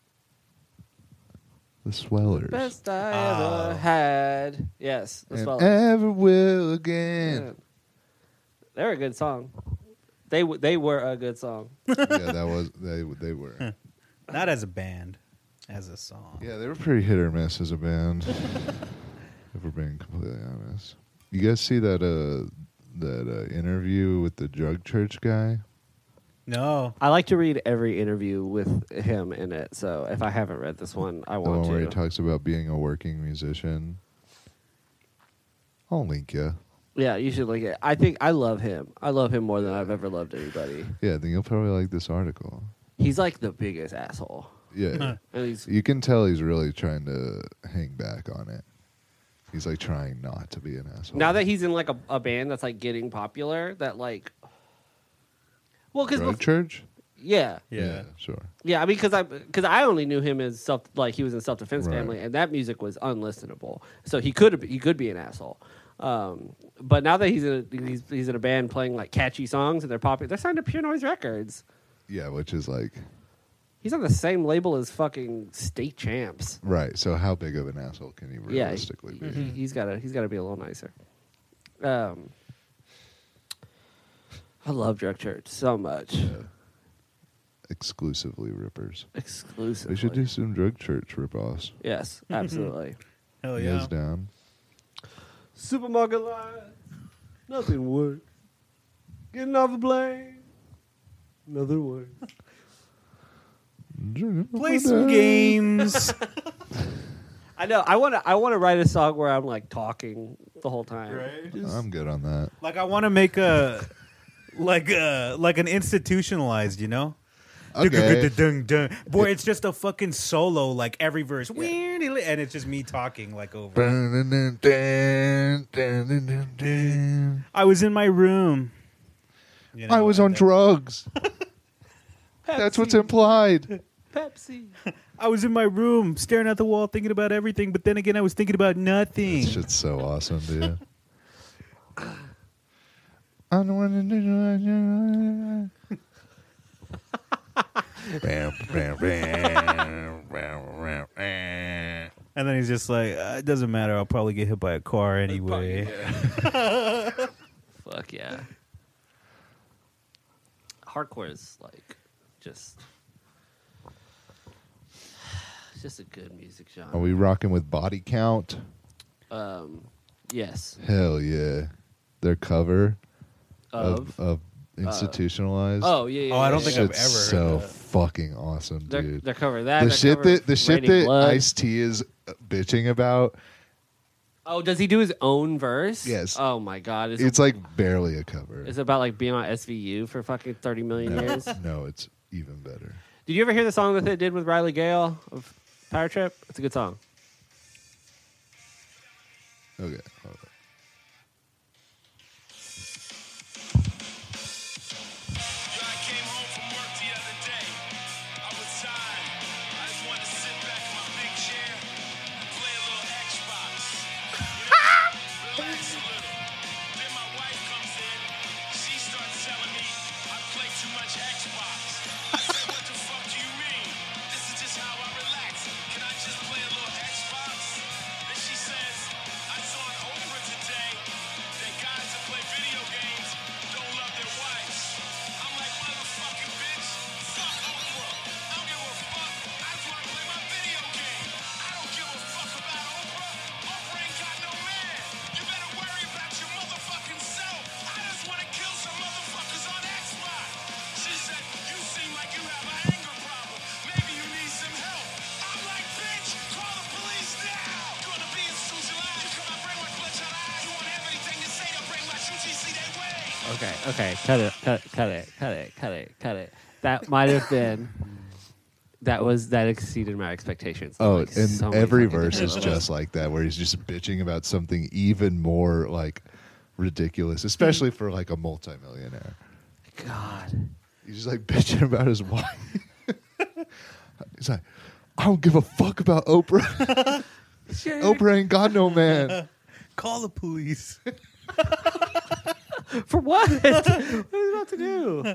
Speaker 1: The Swellers.
Speaker 2: Best I
Speaker 3: Oh.
Speaker 2: ever had. Yes, the
Speaker 1: and
Speaker 2: Swellers.
Speaker 1: ever will
Speaker 2: Yeah.
Speaker 1: again.
Speaker 2: They're a good song. They w- they were a good song.
Speaker 1: yeah, that was they. They were.
Speaker 3: Not as a band, as a song.
Speaker 1: Yeah, they were pretty hit or miss as a band. if we're being completely honest, you guys see that uh that uh, interview with the drug church guy?
Speaker 3: No.
Speaker 2: I like to read every interview with him in it. So if I haven't read this one, I
Speaker 1: The
Speaker 2: want
Speaker 1: one
Speaker 2: to.
Speaker 1: where he talks about being a working musician. I'll link you.
Speaker 2: yeah, you should like it. I think I love him. I love him more than I've ever loved anybody.
Speaker 1: Yeah, then you'll probably like this article.
Speaker 2: He's like the biggest asshole.
Speaker 1: Yeah.
Speaker 2: And he's
Speaker 1: you can tell he's really trying to hang back on it. He's like trying not to be an asshole.
Speaker 2: now that he's in like a, a band that's like getting popular. That like, well, because
Speaker 1: drug church?
Speaker 2: yeah,
Speaker 3: Yeah.
Speaker 1: sure.
Speaker 2: Yeah, I mean, because I because I only knew him as self like he was in self defense
Speaker 1: Right.
Speaker 2: family, and that music was unlistenable. So he could he could be an asshole. Um, but now that he's in a, he's, he's in a band playing like catchy songs and they're popular, they're signed to Pure Noise Records.
Speaker 1: Yeah, which is like
Speaker 2: He's on the same label as fucking State Champs.
Speaker 1: right. So how big of an asshole can you
Speaker 2: Yeah, Mm-hmm.
Speaker 1: realistically
Speaker 2: he,
Speaker 1: be?
Speaker 2: has gotta he's gotta be a little nicer. Um, I love Drug Church so much.
Speaker 1: Exclusively rippers.
Speaker 2: Exclusively.
Speaker 1: We should do some drug church ripoffs.
Speaker 2: Yes, absolutely.
Speaker 3: Hell
Speaker 1: You
Speaker 3: Oh, yeah.
Speaker 1: guys down.
Speaker 2: Supermarket line. Nothing worked. Getting off the plane. Nothing worked.
Speaker 3: Play some games.
Speaker 2: I know. I want to. I want to write a song where I'm like talking the whole time.
Speaker 3: Right.
Speaker 2: Just-
Speaker 1: I'm good on that.
Speaker 3: like I want to make a like a like an institutionalized, you know?
Speaker 1: Okay.
Speaker 3: Dung, dung. Boy, it's just a fucking solo, like every verse, and it's just me talking like over. I was in my room. You know,
Speaker 1: I was
Speaker 3: and
Speaker 1: on
Speaker 3: then-
Speaker 1: drugs.
Speaker 2: Pepsi,
Speaker 1: That's what's implied.
Speaker 2: Pepsi.
Speaker 3: I was in my room, staring at the wall, thinking about everything. But then again, I was thinking about nothing.
Speaker 1: This shit's so awesome, dude. I don't want to do Bam, bam, bam, bam, bam.
Speaker 3: And then he's just like, uh, "It doesn't matter. I'll probably get hit by a car anyway."
Speaker 2: Fuck yeah. Hardcore is like just. it's Just a good music genre.
Speaker 1: Are we rocking with body count?
Speaker 2: um, yes.
Speaker 1: Hell yeah. Their cover
Speaker 2: Of.
Speaker 1: of, of institutionalized.
Speaker 2: oh yeah. yeah,
Speaker 3: Oh, I don't
Speaker 2: yeah,
Speaker 3: think
Speaker 2: yeah.
Speaker 3: I've
Speaker 1: Shit's
Speaker 3: ever heard
Speaker 1: so
Speaker 3: that.
Speaker 1: fucking awesome, dude.
Speaker 2: They're, they're covering that.
Speaker 1: the
Speaker 2: they're
Speaker 1: shit
Speaker 2: covering
Speaker 1: that the shit
Speaker 2: Raining
Speaker 1: that
Speaker 2: Blood.
Speaker 1: Ice T is bitching about,
Speaker 2: Oh, does he do his own verse?
Speaker 1: Yes.
Speaker 2: Oh my god, it's,
Speaker 1: it's like barely a cover.
Speaker 2: it's about like being on SVU for fucking thirty million years.
Speaker 1: no, no, it's even better.
Speaker 2: Did you ever hear the song that they did with Riley Gale of Power Trip? It's a good song.
Speaker 1: Okay,
Speaker 2: Oh,
Speaker 1: hold on.
Speaker 4: Yo, I came home from work the other day. I was tired. I just wanted to sit back in my big chair and play a little Xbox. You know, relax a little. Then my wife comes in. She starts telling me I play too much Xbox. I said, What the fuck do you mean? This is just how I relax. Can I just play a little Xbox? Then she says, I saw an
Speaker 2: Okay, okay, cut it, cut, cut it, cut it, cut it, cut it. That might have been. That was that exceeded my expectations.
Speaker 1: Oh,
Speaker 2: Like,
Speaker 1: and
Speaker 2: so many
Speaker 1: every
Speaker 2: fucking
Speaker 1: verse is
Speaker 2: different
Speaker 1: just like that, where he's just bitching about something even more like ridiculous, especially for like a multimillionaire.
Speaker 2: levels. Oh God.
Speaker 1: He's just like bitching about his wife. he's like, I don't give a fuck about Oprah. Oprah ain't got no man.
Speaker 3: Call the police.
Speaker 2: For what? what is he about to do?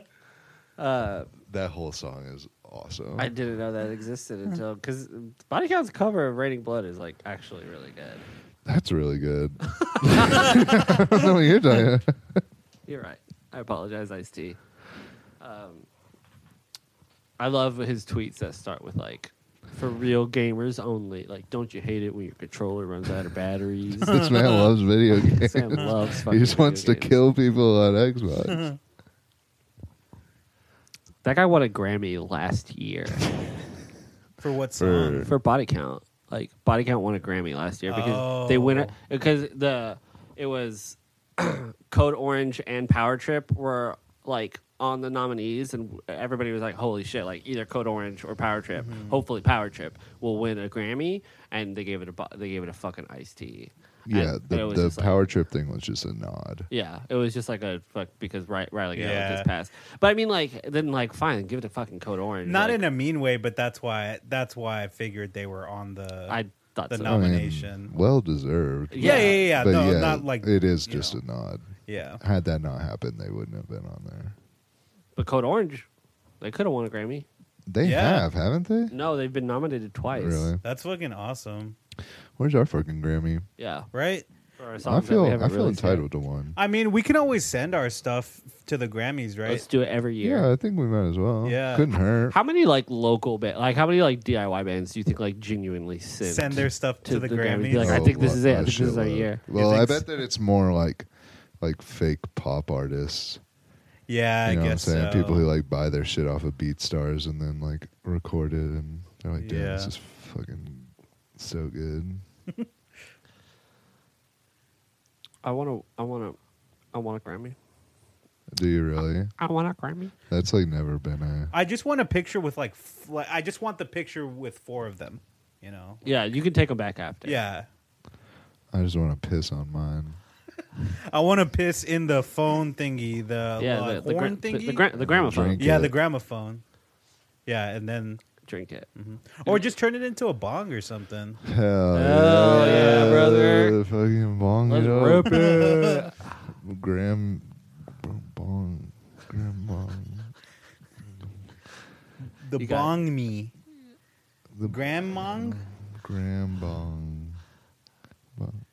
Speaker 1: That whole song is awesome.
Speaker 2: I didn't know that existed until because Body Count's cover of Raining Blood is like actually really good.
Speaker 1: That's really good. I don't know what you're talking about.
Speaker 2: You're right. I apologize, Ice T. Um, I love his tweets that start with like, "For real gamers only." Like, don't you hate it when your controller runs out of batteries?
Speaker 1: This man loves video games.
Speaker 2: Sam loves.
Speaker 1: he
Speaker 2: fucking
Speaker 1: just wants
Speaker 2: video
Speaker 1: to
Speaker 2: games.
Speaker 1: kill people on Xbox.
Speaker 2: That guy won a Grammy last year
Speaker 3: For what song?
Speaker 2: for Body Count. Like Body Count won a Grammy last year because they win it because the it was Code Orange and Power Trip were like on the nominees and everybody was like holy shit like either Code Orange or Power Trip. Hopefully Power Trip will win a Grammy and they gave it a bu- they gave it a fucking iced tea.
Speaker 1: Yeah,
Speaker 2: And it
Speaker 1: the,
Speaker 2: was
Speaker 1: the
Speaker 2: just like-
Speaker 1: power trip thing was just a nod.
Speaker 2: Yeah, it was just like a fuck because Ri- Riley Gaylord
Speaker 3: Yeah.
Speaker 2: just passed. But I mean, like, then like, fine, give it a fucking Code Orange.
Speaker 3: Not
Speaker 2: like,
Speaker 3: in a mean way, but that's why that's why I figured they were on the
Speaker 2: I thought
Speaker 3: the
Speaker 2: so.
Speaker 1: I mean,
Speaker 3: nomination.
Speaker 1: well deserved.
Speaker 3: yeah, yeah,
Speaker 2: yeah.
Speaker 3: yeah. yeah.
Speaker 1: but
Speaker 3: No,
Speaker 1: yeah,
Speaker 3: not like
Speaker 1: it is
Speaker 3: you
Speaker 1: just
Speaker 3: know.
Speaker 1: a nod.
Speaker 3: yeah.
Speaker 1: Had that not happened, they wouldn't have been on there.
Speaker 2: But Code Orange, they could have won a Grammy.
Speaker 1: They
Speaker 3: Yeah.
Speaker 1: have, haven't they?
Speaker 2: No, they've been nominated twice.
Speaker 1: Really?
Speaker 3: That's fucking awesome,
Speaker 1: Where's our fucking Grammy?
Speaker 2: Yeah.
Speaker 3: right?
Speaker 2: For
Speaker 1: I
Speaker 2: songs that
Speaker 1: feel
Speaker 2: we
Speaker 1: I
Speaker 2: haven't
Speaker 1: feel
Speaker 2: released yet.
Speaker 1: entitled to one.
Speaker 3: I mean, we can always send our stuff to the Grammys, right?
Speaker 2: Let's do it every year.
Speaker 1: Yeah, I think we might as well.
Speaker 3: Yeah.
Speaker 1: couldn't hurt.
Speaker 2: How many like local ba- like how many like DIY bands do you think like genuinely send,
Speaker 3: send their stuff to, the, Grammys.
Speaker 2: Be like, I think this is it. I
Speaker 1: a
Speaker 2: think this is our
Speaker 1: shitload.
Speaker 2: year.
Speaker 1: Well,
Speaker 3: You
Speaker 1: I
Speaker 3: think
Speaker 1: bet
Speaker 3: s-
Speaker 1: that it's more like like fake pop artists.
Speaker 3: yeah,
Speaker 1: You
Speaker 3: I
Speaker 1: know what I'm
Speaker 3: guess
Speaker 1: saying?
Speaker 3: so.
Speaker 1: People who like buy their shit off of BeatStars and then like record it and they're like, "Dude, this
Speaker 3: Yeah.
Speaker 1: is fucking so good."
Speaker 2: I want to. I want to. I want a Grammy.
Speaker 1: Do you really?
Speaker 2: I want a Grammy.
Speaker 1: That's like never been a.
Speaker 3: I just want a picture with like, f- like I just want the picture with four of them. You know?
Speaker 2: Yeah, you can take them back after.
Speaker 3: Yeah.
Speaker 1: I just want to piss on mine.
Speaker 3: I want to piss in the phone thingy, the
Speaker 2: yeah.
Speaker 3: like,
Speaker 2: the, the, gra-
Speaker 3: horn
Speaker 2: the,
Speaker 3: thingy,
Speaker 2: the, gra- the gramophone.
Speaker 1: Drink.
Speaker 3: yeah,
Speaker 1: Yeah.
Speaker 3: the gramophone. Yeah, and then
Speaker 2: Drink it.
Speaker 3: or just turn it into a bong or something.
Speaker 1: Hell
Speaker 2: Hell Oh, yeah, brother.
Speaker 1: Fucking bong
Speaker 2: Let's
Speaker 1: it up.
Speaker 2: rip it.
Speaker 1: Graham bong, Graham bong.
Speaker 3: The
Speaker 2: You got it.
Speaker 3: bong me,
Speaker 1: The
Speaker 3: grandmong.
Speaker 1: Graham bong. Bong.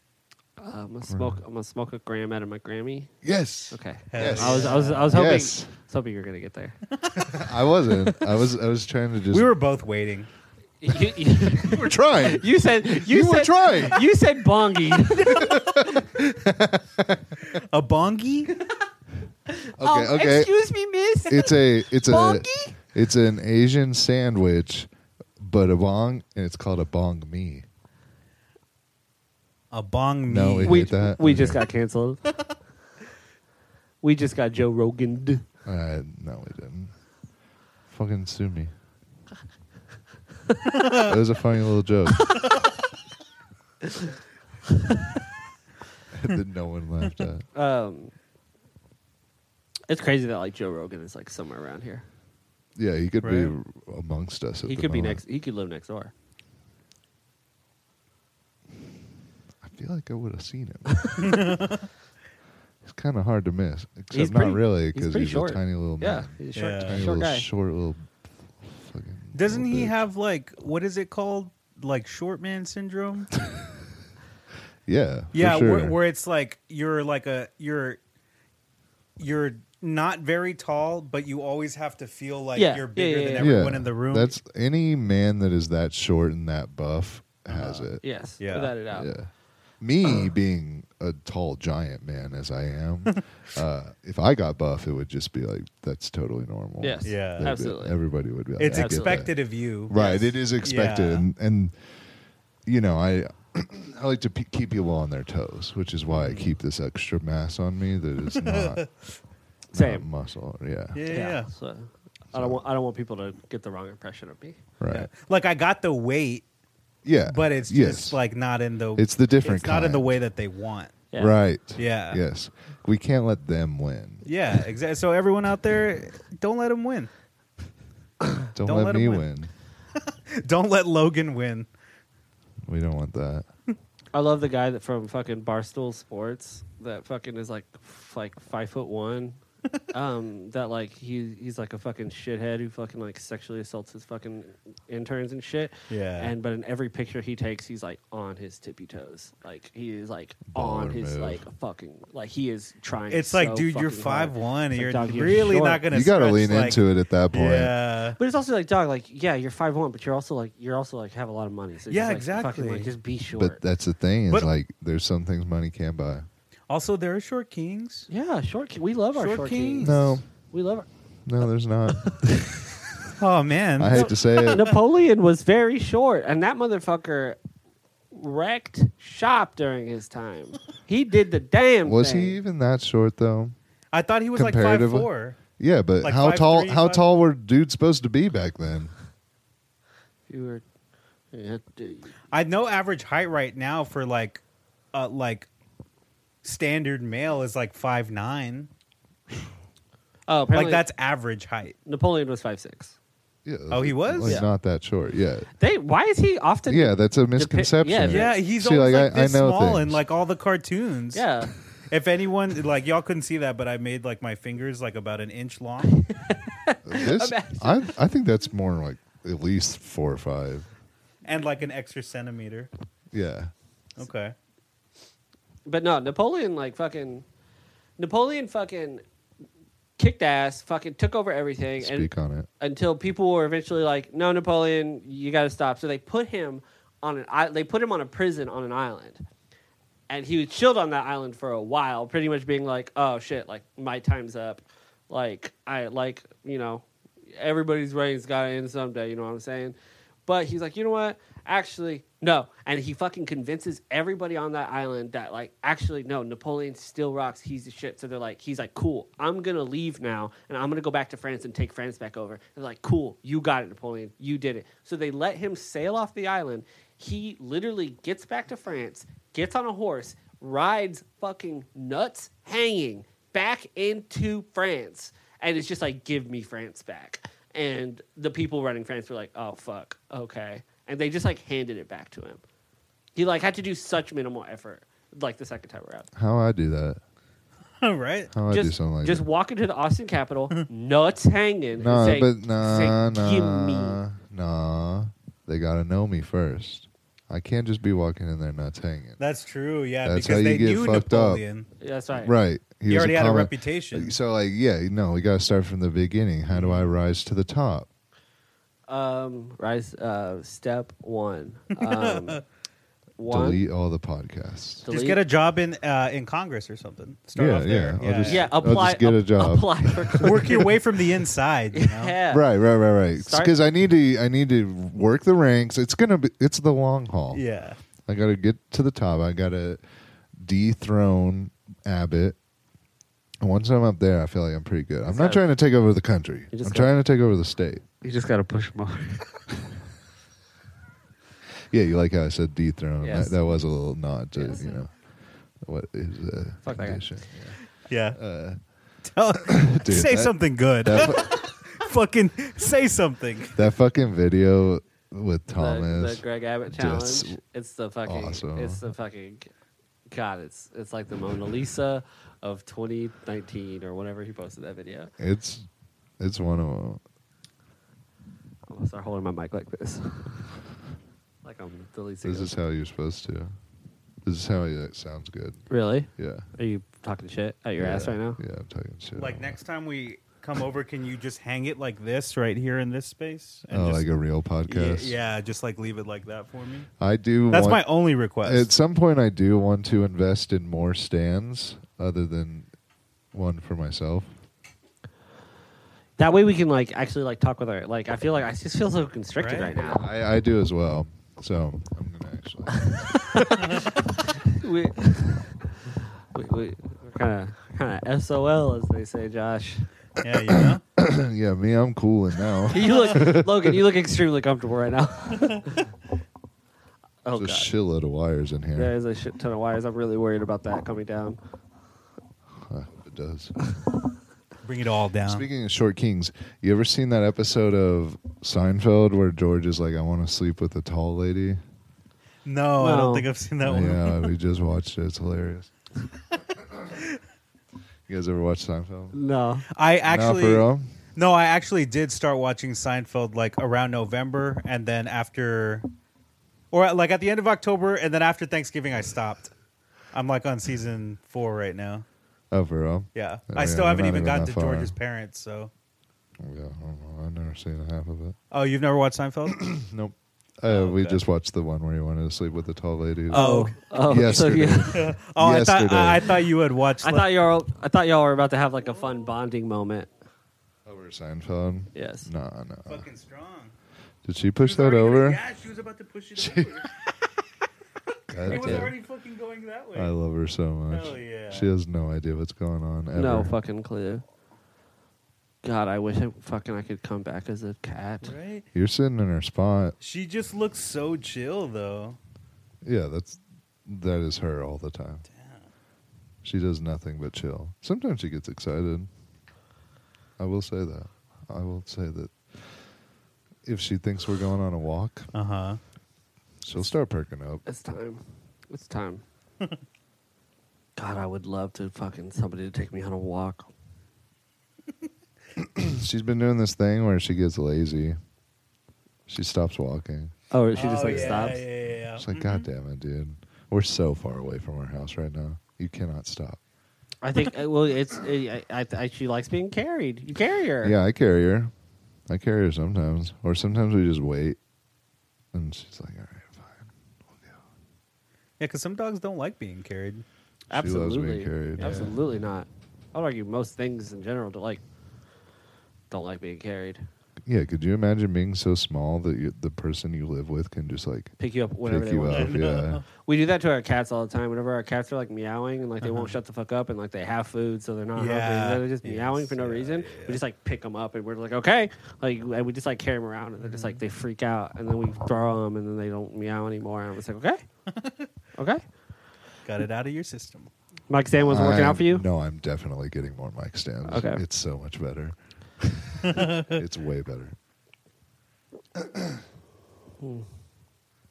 Speaker 2: Uh, I'm gonna smoke. I'm gonna smoke a gram out of my Grammy.
Speaker 1: Yes.
Speaker 2: Okay.
Speaker 3: Yes.
Speaker 2: I was. I was. I was hoping.
Speaker 1: Yes.
Speaker 2: I was hoping you were gonna get there.
Speaker 1: I wasn't. I was. I was trying to just.
Speaker 3: We were both waiting.
Speaker 2: you, you-
Speaker 1: We were trying.
Speaker 2: you said. You,
Speaker 1: You
Speaker 2: said.
Speaker 1: were trying.
Speaker 2: You said bongy.
Speaker 3: A bongi?
Speaker 1: Okay. okay.
Speaker 2: Oh, Excuse me, miss.
Speaker 1: It's a. It's a.
Speaker 2: Bonky?
Speaker 1: It's an Asian sandwich, but a bong, and it's called a bong me.
Speaker 3: A bong me.
Speaker 1: No, we-
Speaker 2: we
Speaker 1: hate that.
Speaker 2: we just got canceled. we just got Joe Rogan.
Speaker 1: Uh, no, we didn't. Fucking sue me. it was a funny little joke. that no one laughed at.
Speaker 2: Um, it's crazy that like Joe Rogan is like somewhere around here.
Speaker 1: Yeah, he could
Speaker 3: Right.
Speaker 1: be amongst us. At
Speaker 2: He
Speaker 1: the
Speaker 2: could be
Speaker 1: moment.
Speaker 2: next. He could live next door.
Speaker 1: I feel like I would have seen him. it's kind of hard to miss, except
Speaker 2: He's
Speaker 1: not
Speaker 2: pretty-
Speaker 1: really
Speaker 2: he's
Speaker 1: because he's,
Speaker 2: pretty
Speaker 1: a
Speaker 2: short.
Speaker 1: tiny little
Speaker 2: Yeah,
Speaker 1: Oh, man.
Speaker 2: he's a short,
Speaker 3: Yeah.
Speaker 1: tiny
Speaker 2: short
Speaker 1: little
Speaker 2: guy.
Speaker 1: short little. Fucking
Speaker 3: Doesn't
Speaker 1: little
Speaker 3: he
Speaker 1: bitch.
Speaker 3: have like what is it called? Like short man syndrome?
Speaker 1: Yeah, for
Speaker 3: yeah,
Speaker 1: sure.
Speaker 3: where, where it's like you're like a you're you're not very tall, but you always have to feel like
Speaker 2: Yeah,
Speaker 3: you're
Speaker 2: yeah,
Speaker 3: bigger
Speaker 2: yeah,
Speaker 3: than
Speaker 2: yeah.
Speaker 3: everyone in the room.
Speaker 1: That's any man that is that short and that buff has it.
Speaker 2: Yes,
Speaker 3: Yeah.
Speaker 2: without a doubt.
Speaker 1: Yeah. Me
Speaker 2: Uh.
Speaker 1: being a tall giant man as I am, uh, if I got buff, it would just be like that's totally normal.
Speaker 2: Yes,
Speaker 3: Yeah.
Speaker 1: They'd be-
Speaker 2: absolutely.
Speaker 1: everybody would be. Like,
Speaker 3: it's
Speaker 1: "I get that."
Speaker 3: expected of you.
Speaker 1: right? It is expected,
Speaker 3: Yeah.
Speaker 1: and, and you know I. I like to pe keep people on their toes, which is why I keep this extra mass on me that is not
Speaker 2: Same.
Speaker 1: muscle. Yeah.
Speaker 3: Yeah, yeah.
Speaker 2: So I don't want I don't want people to get the wrong impression of me.
Speaker 3: yeah.
Speaker 1: Right.
Speaker 3: Like I got the weight,
Speaker 1: Yeah.
Speaker 3: but it's
Speaker 1: yes.
Speaker 3: just like not in the
Speaker 1: It's the different
Speaker 3: It's not in the
Speaker 1: kind.
Speaker 3: way that they want.
Speaker 2: Yeah.
Speaker 1: Right.
Speaker 3: Yeah.
Speaker 1: Yes. We can't let them win.
Speaker 3: Yeah, exactly. So everyone out there, don't let him win.
Speaker 1: Don't,
Speaker 3: Don't
Speaker 1: let,
Speaker 3: let 'em
Speaker 1: me
Speaker 3: win.
Speaker 1: win.
Speaker 3: Don't let Logan win.
Speaker 1: We don't want that.
Speaker 2: I love the guy that from fucking Barstool Sports that fucking is like f- like five foot one. um, that like he he's like a fucking shithead who fucking like sexually assaults his fucking interns and shit.
Speaker 3: Yeah.
Speaker 2: And but in every picture he takes, he's like on his tippy toes. Like he is like on
Speaker 1: Baller
Speaker 2: his
Speaker 1: move.
Speaker 2: like fucking like he is trying.
Speaker 3: It's
Speaker 2: so
Speaker 3: like, dude, you're
Speaker 2: fucking
Speaker 3: five
Speaker 2: hard.
Speaker 3: one.
Speaker 2: It's
Speaker 3: You're
Speaker 2: like, dog, you're
Speaker 3: really
Speaker 2: short.
Speaker 3: not gonna.
Speaker 1: You got to
Speaker 3: stretch,
Speaker 1: lean
Speaker 3: like-
Speaker 1: into it at that point.
Speaker 3: Yeah,
Speaker 2: But it's also like dog, like yeah, you're five one, but you're also like you're also like have a lot of money. So
Speaker 3: Yeah,
Speaker 2: just, like, fucking,
Speaker 3: exactly.
Speaker 2: like, just be short.
Speaker 1: But that's the thing. Is
Speaker 3: But-
Speaker 1: like there's some things money can't buy.
Speaker 3: Also, there are short kings.
Speaker 2: yeah, short. ki- We love our
Speaker 3: Short
Speaker 2: short kings.
Speaker 3: kings.
Speaker 1: No.
Speaker 2: We love our.
Speaker 1: No, there's not.
Speaker 3: Oh man,
Speaker 1: I hate to say it.
Speaker 2: Napoleon was very short, and that motherfucker wrecked shop during his time. He did the damn.
Speaker 1: Was
Speaker 2: thing.
Speaker 1: he even that short though?
Speaker 3: I thought he was like five
Speaker 1: Comparatively-
Speaker 3: four.
Speaker 1: Yeah, but
Speaker 3: Like
Speaker 1: how
Speaker 3: five
Speaker 1: tall?
Speaker 3: three,
Speaker 1: how
Speaker 3: five-
Speaker 1: tall were dudes supposed to be back then?
Speaker 2: You were. yeah, dude.
Speaker 3: I know average height right now for like, uh, like standard male is like five nine.
Speaker 2: Oh,
Speaker 3: Like
Speaker 2: apparently
Speaker 3: that's average height.
Speaker 2: Napoleon was five six.
Speaker 1: Yeah,
Speaker 3: Oh, he was?
Speaker 1: like,
Speaker 2: Yeah.
Speaker 1: not that short. Yeah,
Speaker 2: They. Why is he often?
Speaker 1: yeah, that's a
Speaker 2: yeah,
Speaker 1: misconception.
Speaker 3: Yeah, he's
Speaker 1: See,
Speaker 3: always
Speaker 1: like,
Speaker 3: like,
Speaker 1: I- I
Speaker 3: this
Speaker 1: know
Speaker 3: small in
Speaker 1: things.
Speaker 3: like all the cartoons.
Speaker 2: yeah.
Speaker 3: If anyone like y'all couldn't see that, but I made like my fingers like about an inch long.
Speaker 1: This, I I think that's more like at least four or five.
Speaker 3: and like an extra centimeter.
Speaker 1: Yeah,
Speaker 3: Okay.
Speaker 2: But no, Napoleon like fucking. Napoleon fucking kicked ass. Fucking took over everything. and
Speaker 1: speak on it.
Speaker 2: until people were eventually like, "No, Napoleon, you got to stop." So they put him on an i- they put him on a prison on an island, and he was chilled on that island for a while, pretty much being like, "Oh shit, like my time's up, like I like you know, everybody's reign's got to end someday." You know what I'm saying? But he's like, you know what? Actually, no. And he fucking convinces everybody on that island that, like, actually, no, Napoleon still rocks. He's the shit. So they're like, he's like, cool, I'm going to leave now and I'm going to go back to France and take France back over. And they're like, cool, you got it, Napoleon. You did it. So they let him sail off the island. He literally gets back to France, gets on a horse, rides fucking nuts hanging back into France. And it's just like, give me France back and the people running France were like, "Oh fuck, okay," and they just like handed it back to him. He like had to do such minimal effort, like the second time around.
Speaker 1: How I do that?
Speaker 3: All right.
Speaker 1: How I do
Speaker 2: just
Speaker 1: something like
Speaker 2: just
Speaker 1: that?
Speaker 2: walk into the Austin Capitol, nuts hanging.
Speaker 1: No,
Speaker 2: say,
Speaker 1: but nah,
Speaker 2: say, "Give me."
Speaker 1: nah, nah. They gotta know me first. I can't just be walking in there nuts hanging.
Speaker 3: That's true. Yeah,
Speaker 1: That's
Speaker 3: because
Speaker 1: how you
Speaker 3: they
Speaker 1: get
Speaker 3: knew
Speaker 1: fucked up.
Speaker 3: Napoleon.
Speaker 2: That's right.
Speaker 1: Right.
Speaker 3: He
Speaker 1: was
Speaker 3: already had a
Speaker 1: common-
Speaker 3: reputation.
Speaker 1: So like, yeah, no, we gotta start from the beginning. How do I
Speaker 2: Mm-hmm.
Speaker 1: rise to the top?
Speaker 2: Um, rise. Uh, step one. Um, one.
Speaker 1: Delete all the podcasts.
Speaker 2: delete.
Speaker 3: Just get a job in uh, in Congress or something. Start
Speaker 1: Yeah,
Speaker 3: off there.
Speaker 1: yeah, I'll just-
Speaker 2: Yeah,
Speaker 1: I'll
Speaker 2: apply.
Speaker 1: just get a
Speaker 2: ap-
Speaker 1: job.
Speaker 2: Apply for.
Speaker 3: Work your way from the inside. You know?
Speaker 2: yeah.
Speaker 1: Right, right, right, right.
Speaker 2: Start-
Speaker 1: Because I need to, I need to work the ranks. It's gonna be, it's the long haul.
Speaker 3: Yeah.
Speaker 1: I gotta get to the top. I gotta dethrone Abbott. And once I'm up there, I feel like I'm pretty good. I'm not
Speaker 2: gotta-
Speaker 1: trying to take over the country.
Speaker 2: You
Speaker 1: I'm
Speaker 2: just
Speaker 1: trying to take over the state.
Speaker 2: You just gotta push more.
Speaker 1: Yeah, you like how I said dethrone.
Speaker 2: Yes.
Speaker 1: That, that was a little nod to
Speaker 2: Yes.
Speaker 1: you know what is uh,
Speaker 2: Fuck that guy.
Speaker 1: condition. Yeah.
Speaker 3: Yeah.
Speaker 1: Uh,
Speaker 3: Tell-
Speaker 1: Dude,
Speaker 3: say
Speaker 1: that-
Speaker 3: something good.
Speaker 1: that,
Speaker 3: Fucking say something.
Speaker 1: that fucking video with
Speaker 2: the,
Speaker 1: Thomas.
Speaker 2: the Greg Abbott challenge.
Speaker 1: just
Speaker 2: it's the fucking.
Speaker 1: awesome.
Speaker 2: It's the fucking. God, it's it's like the Mona Lisa of 2019 or whenever he posted that video.
Speaker 1: it's it's one of them.
Speaker 2: I'm gonna start holding my mic like this, like I'm the Lisa.
Speaker 1: This is how you're supposed to. This is how you, that sounds good.
Speaker 2: really?
Speaker 1: Yeah.
Speaker 2: Are you talking shit at your
Speaker 1: yeah.
Speaker 2: ass right now?
Speaker 1: Yeah, I'm talking shit.
Speaker 3: Like next time we come over, can you just hang it like this right here in this space?
Speaker 1: Oh,
Speaker 3: just,
Speaker 1: like a real
Speaker 3: Y-
Speaker 1: podcast.
Speaker 3: Yeah, just like leave it like that for me.
Speaker 1: I do.
Speaker 3: That's my
Speaker 1: want,
Speaker 3: only request.
Speaker 1: At some point, I do want to invest in more stands other than one for myself.
Speaker 2: That way we can like actually like talk with our like. I feel like I just feel so constricted right,
Speaker 3: Right.
Speaker 2: now.
Speaker 1: I, I do as well. So I'm gonna actually.
Speaker 2: We- We, we, we're kind of kind of SOL as they say, Josh.
Speaker 3: Yeah, you know.
Speaker 1: yeah, me, I'm cool and now.
Speaker 2: You look, Logan. You look extremely comfortable right now. oh
Speaker 1: There's a
Speaker 2: god,
Speaker 1: shitload of wires in here.
Speaker 2: there is a shit ton of wires. I'm really worried about that coming down.
Speaker 1: Uh, it does.
Speaker 3: Bring it all down.
Speaker 1: Speaking of short kings, you ever seen that episode of Seinfeld where George is like, "I want to sleep with a tall lady"?
Speaker 3: no, I
Speaker 2: No.
Speaker 3: don't think I've seen that one.
Speaker 1: yeah, we just watched it. It's hilarious. you guys ever watch Seinfeld?
Speaker 2: No,
Speaker 3: I
Speaker 1: Nah,
Speaker 3: actually
Speaker 1: for real?
Speaker 3: No, I actually did start watching Seinfeld like around November, and then after, or like at the end of October, and then after Thanksgiving, I stopped. I'm like on season four right now.
Speaker 1: Oh, for real?
Speaker 3: Yeah,
Speaker 1: Oh,
Speaker 3: I
Speaker 1: yeah,
Speaker 3: still
Speaker 1: I'm
Speaker 3: haven't
Speaker 1: not
Speaker 3: even
Speaker 1: even
Speaker 3: gotten
Speaker 1: that
Speaker 3: to
Speaker 1: far.
Speaker 3: George's parents. So,
Speaker 1: Yeah, I don't know. I've never seen half of it.
Speaker 3: oh, you've never watched Seinfeld?
Speaker 1: Nope. Uh, We
Speaker 3: okay.
Speaker 1: just watched the one where he wanted to sleep with the tall lady.
Speaker 3: oh,
Speaker 2: oh, so
Speaker 1: yesterday.
Speaker 2: you,
Speaker 3: oh, I thought
Speaker 1: Yesterday.
Speaker 3: I, I thought you had watched.
Speaker 2: I
Speaker 3: like-
Speaker 2: thought y'all, I thought y'all were about to have like a fun bonding moment.
Speaker 1: over Seinfeld.
Speaker 2: Yes.
Speaker 1: Nah, nah.
Speaker 3: fucking strong.
Speaker 1: Did she push that over?
Speaker 3: Yeah, she was about to push it over.
Speaker 1: God
Speaker 3: It was
Speaker 1: damn.
Speaker 3: already fucking going that way.
Speaker 1: I love her so much.
Speaker 3: Hell yeah.
Speaker 1: She has no idea what's going on. Ever.
Speaker 2: No fucking clue. God, I wish I fucking I could come back as a cat.
Speaker 3: right?
Speaker 1: You're sitting in her spot.
Speaker 3: She just looks so chill, though.
Speaker 1: Yeah, that's that is her all the time. She does nothing but chill. Sometimes she gets excited. I will say that. I will say that if she thinks we're going on a walk,
Speaker 3: Uh huh.
Speaker 1: she'll start perking up.
Speaker 2: It's time. It's time. God, I would love to fucking somebody to take me on a walk.
Speaker 1: She's been doing this thing where she gets lazy. She stops walking.
Speaker 2: Oh, she just like
Speaker 3: yeah,
Speaker 2: stops.
Speaker 3: Yeah, yeah, yeah.
Speaker 1: It's like, God damn it, dude. We're so far away from our house right now. You cannot stop.
Speaker 2: I think. uh, Well, it's. uh, I, I, I, she likes being carried. You carry her.
Speaker 1: Yeah, I carry her. I carry her sometimes. Or sometimes we just wait. And she's like, all right, fine. We'll go.
Speaker 3: Yeah, because some dogs don't like being carried.
Speaker 2: absolutely.
Speaker 1: She loves being carried.
Speaker 2: Absolutely not. I would argue most things in general to like don't like being carried.
Speaker 1: Yeah, could you imagine being so small that you, the person you live with can just like
Speaker 2: Pick you up whenever
Speaker 1: pick
Speaker 2: they
Speaker 1: you
Speaker 2: want.
Speaker 1: up? Yeah.
Speaker 2: We do that to our cats all the time. Whenever our cats are like meowing and like they won't shut the fuck up and like they have food, so they're not
Speaker 3: Uh-huh. Yeah.
Speaker 2: hungry. They're just
Speaker 3: Yes,
Speaker 2: meowing for no
Speaker 3: yeah,
Speaker 2: reason.
Speaker 3: yeah.
Speaker 2: We just like pick them up and we're like, okay, like and we just like carry them around and they're just like they
Speaker 3: Mm-hmm.
Speaker 2: freak out and then we throw them and then they don't meow anymore. And I'm just like, okay, okay.
Speaker 3: Got it out of your system.
Speaker 2: Mike Sam was working
Speaker 1: I'm-
Speaker 2: out for you.
Speaker 1: No, I'm definitely getting more mic stands.
Speaker 2: Okay.
Speaker 1: It's so much better. it's way better.
Speaker 2: Hmm.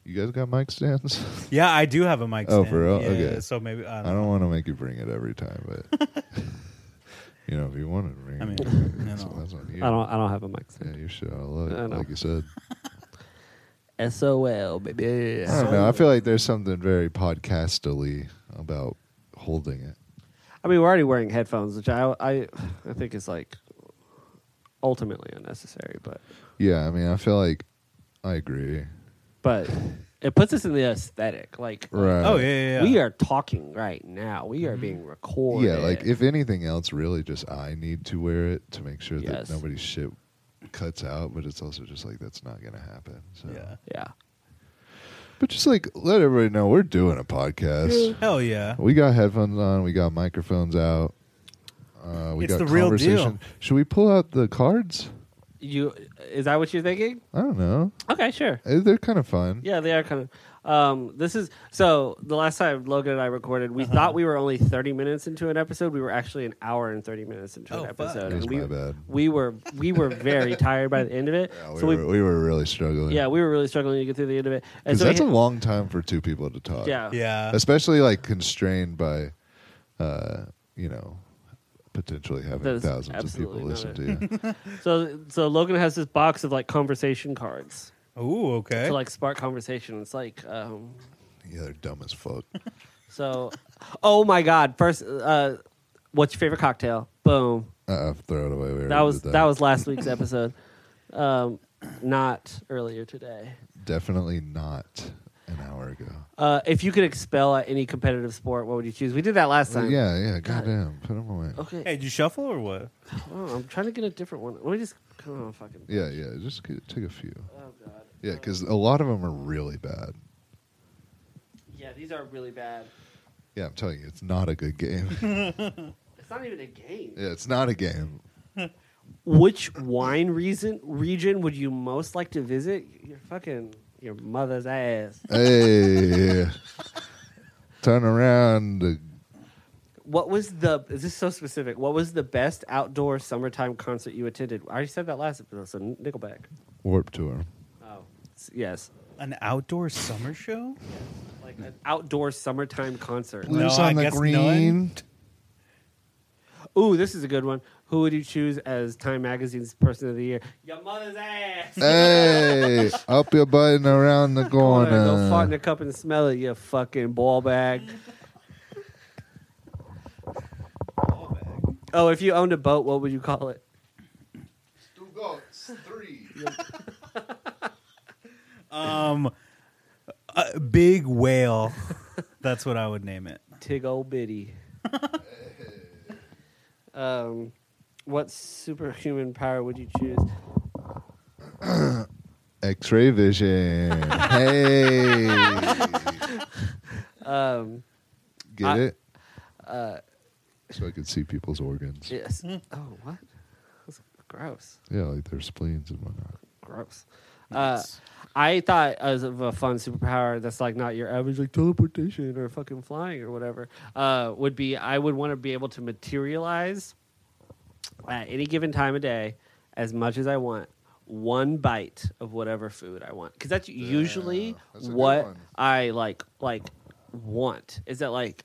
Speaker 1: you guys got mic stands?
Speaker 3: Yeah, I do have a mic.
Speaker 1: Oh,
Speaker 3: stand.
Speaker 1: for real?
Speaker 3: Yeah,
Speaker 1: Okay.
Speaker 3: So maybe I
Speaker 1: I
Speaker 3: don't.
Speaker 1: don't want to make you bring it every time, but you know, if you want to bring
Speaker 3: I mean,
Speaker 1: it,
Speaker 3: you
Speaker 1: that's,
Speaker 3: know.
Speaker 1: that's on you.
Speaker 2: I don't. I don't have a mic
Speaker 1: Yeah,
Speaker 2: stand.
Speaker 1: you should all
Speaker 2: I
Speaker 1: love it,
Speaker 2: know.
Speaker 1: like you said.
Speaker 2: Sol baby.
Speaker 1: I don't know. I feel like there's something very podcastily about holding it.
Speaker 2: I mean, we're already wearing headphones, which I I I think is like ultimately unnecessary, but.
Speaker 1: Yeah, I mean, I feel like I agree.
Speaker 2: but it puts us in the aesthetic. Like,
Speaker 1: Right.
Speaker 3: Oh yeah, yeah, yeah.
Speaker 2: we are talking right now. We are being recorded.
Speaker 1: Mm-hmm. Yeah, like if anything else, really, just I need to wear it to make sure
Speaker 2: Yes.
Speaker 1: that nobody's shit cuts out. But it's also just like that's not gonna happen. So,
Speaker 3: Yeah.
Speaker 2: yeah,
Speaker 1: but just like let everybody know we're doing a podcast.
Speaker 3: Hell yeah.
Speaker 1: We got headphones on. We got microphones out. Uh, we
Speaker 3: It's
Speaker 1: got
Speaker 3: the real
Speaker 1: conversation.
Speaker 3: deal.
Speaker 1: Should we pull out the cards?
Speaker 2: you is that what you're thinking?
Speaker 1: I don't know.
Speaker 2: Okay, sure.
Speaker 1: Eh, They're kind of fun.
Speaker 2: Yeah, they are kind of. Um, this is so. The last time Logan and I recorded,
Speaker 1: Uh-huh.
Speaker 2: we thought we were only thirty minutes into an episode. We were actually an hour and thirty minutes into
Speaker 3: Oh,
Speaker 2: an
Speaker 3: fuck.
Speaker 2: episode.
Speaker 1: It was
Speaker 2: and we,
Speaker 1: my bad.
Speaker 2: we were we were very tired by the end of it.
Speaker 1: Yeah, we,
Speaker 2: so
Speaker 1: were,
Speaker 2: we
Speaker 1: we were really struggling.
Speaker 2: yeah we were really struggling to get through the end of it. And
Speaker 1: because
Speaker 2: so
Speaker 1: that's
Speaker 2: it-
Speaker 1: a long time for two people to talk.
Speaker 2: yeah
Speaker 3: Yeah.
Speaker 1: especially like constrained by uh you know potentially having
Speaker 2: That's
Speaker 1: thousands of people
Speaker 2: absolutely not
Speaker 1: listen
Speaker 2: it.
Speaker 1: to you
Speaker 2: So so Logan has this box of like conversation cards.
Speaker 3: Ooh, okay.
Speaker 2: to like spark conversation. It's like, um,
Speaker 1: yeah they're dumb as fuck
Speaker 2: so, oh my god! First, uh, what's your favorite cocktail? Boom.
Speaker 1: uh throw it away we
Speaker 2: That
Speaker 1: already
Speaker 2: was
Speaker 1: did that.
Speaker 2: that was last week's episode. Um, not earlier today.
Speaker 1: definitely not an hour ago
Speaker 2: Uh, if you could expel at any competitive sport, what would you choose? We did that last
Speaker 1: Well,
Speaker 2: time.
Speaker 1: yeah yeah goddamn put them away
Speaker 2: Okay.
Speaker 3: hey, did you shuffle or what?
Speaker 2: hold on, I'm trying to get a different one. Let me just come on, fucking.
Speaker 1: yeah yeah just get, take a few
Speaker 2: Oh god.
Speaker 1: yeah because a lot of them are really bad
Speaker 2: Yeah, these are really bad.
Speaker 1: Yeah, I'm telling you, it's not a good game. yeah,
Speaker 2: It's not even a game.
Speaker 1: it's not a game.
Speaker 2: Which wine reason region would you most like to visit? Your fucking your mother's ass.
Speaker 1: Hey, turn around.
Speaker 2: What was the? Is this so specific? What was the best outdoor summertime concert you attended? I already said that last episode. So Nickelback.
Speaker 1: Warp tour.
Speaker 2: Oh, S- yes,
Speaker 3: An outdoor summer show?
Speaker 2: like an outdoor summertime concert.
Speaker 3: No,
Speaker 1: Blues
Speaker 3: I
Speaker 1: on the
Speaker 3: guess
Speaker 1: green.
Speaker 3: none.
Speaker 2: Ooh, this is a good one. Who would you choose as Time Magazine's Person of the Year? Your mother's ass.
Speaker 1: Hey, up your butt and around the
Speaker 2: Corner, Go fart in
Speaker 1: corner.
Speaker 2: the cup and smell it, you fucking ball bag. Oh, if you owned a boat, what would you call it?
Speaker 1: Two goats, three.
Speaker 3: Um, a big whale. That's what I would name it.
Speaker 2: Tig old bitty. um, what superhuman power would you choose?
Speaker 1: X-ray vision. hey,
Speaker 2: Um,
Speaker 1: get
Speaker 2: I- uh,
Speaker 1: it? so I could see people's organs. Yeah,
Speaker 2: yes. Oh, what? That's gross.
Speaker 1: like their spleens and whatnot.
Speaker 2: Gross. Uh, I thought as of a fun superpower that's like not your average like teleportation or fucking flying or whatever uh, would be I would want to be able to materialize at any given time of day as much as I want one bite of whatever food I want because that's usually
Speaker 1: that's a good
Speaker 2: what
Speaker 1: one.
Speaker 2: I like like want is that like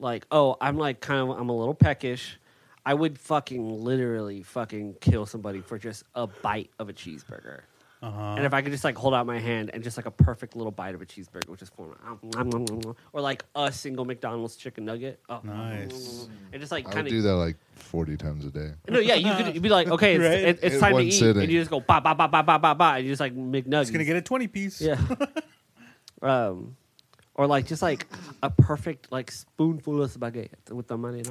Speaker 2: like oh I'm like kind of I'm a little peckish. I would fucking literally fucking kill somebody for just a bite of a cheeseburger.
Speaker 3: Uh-huh.
Speaker 2: And if I could just like hold out my hand and just like a perfect little bite of a cheeseburger, which is form or like a single McDonald's chicken nugget. Oh,
Speaker 3: Nice.
Speaker 2: And just like
Speaker 1: I would
Speaker 2: kind
Speaker 1: do
Speaker 2: of
Speaker 1: that like 40 times a day.
Speaker 2: no, yeah, you could you'd be like, okay, it's,
Speaker 3: Right?
Speaker 2: it- it's
Speaker 1: In
Speaker 2: time to
Speaker 1: one
Speaker 2: eat,
Speaker 1: sitting.
Speaker 2: and you just go ba ba ba ba ba ba ba, and you just like McNuggets.
Speaker 3: It's gonna get a twenty piece.
Speaker 2: yeah. um, or like just like a perfect like spoonful of spaghetti with the money.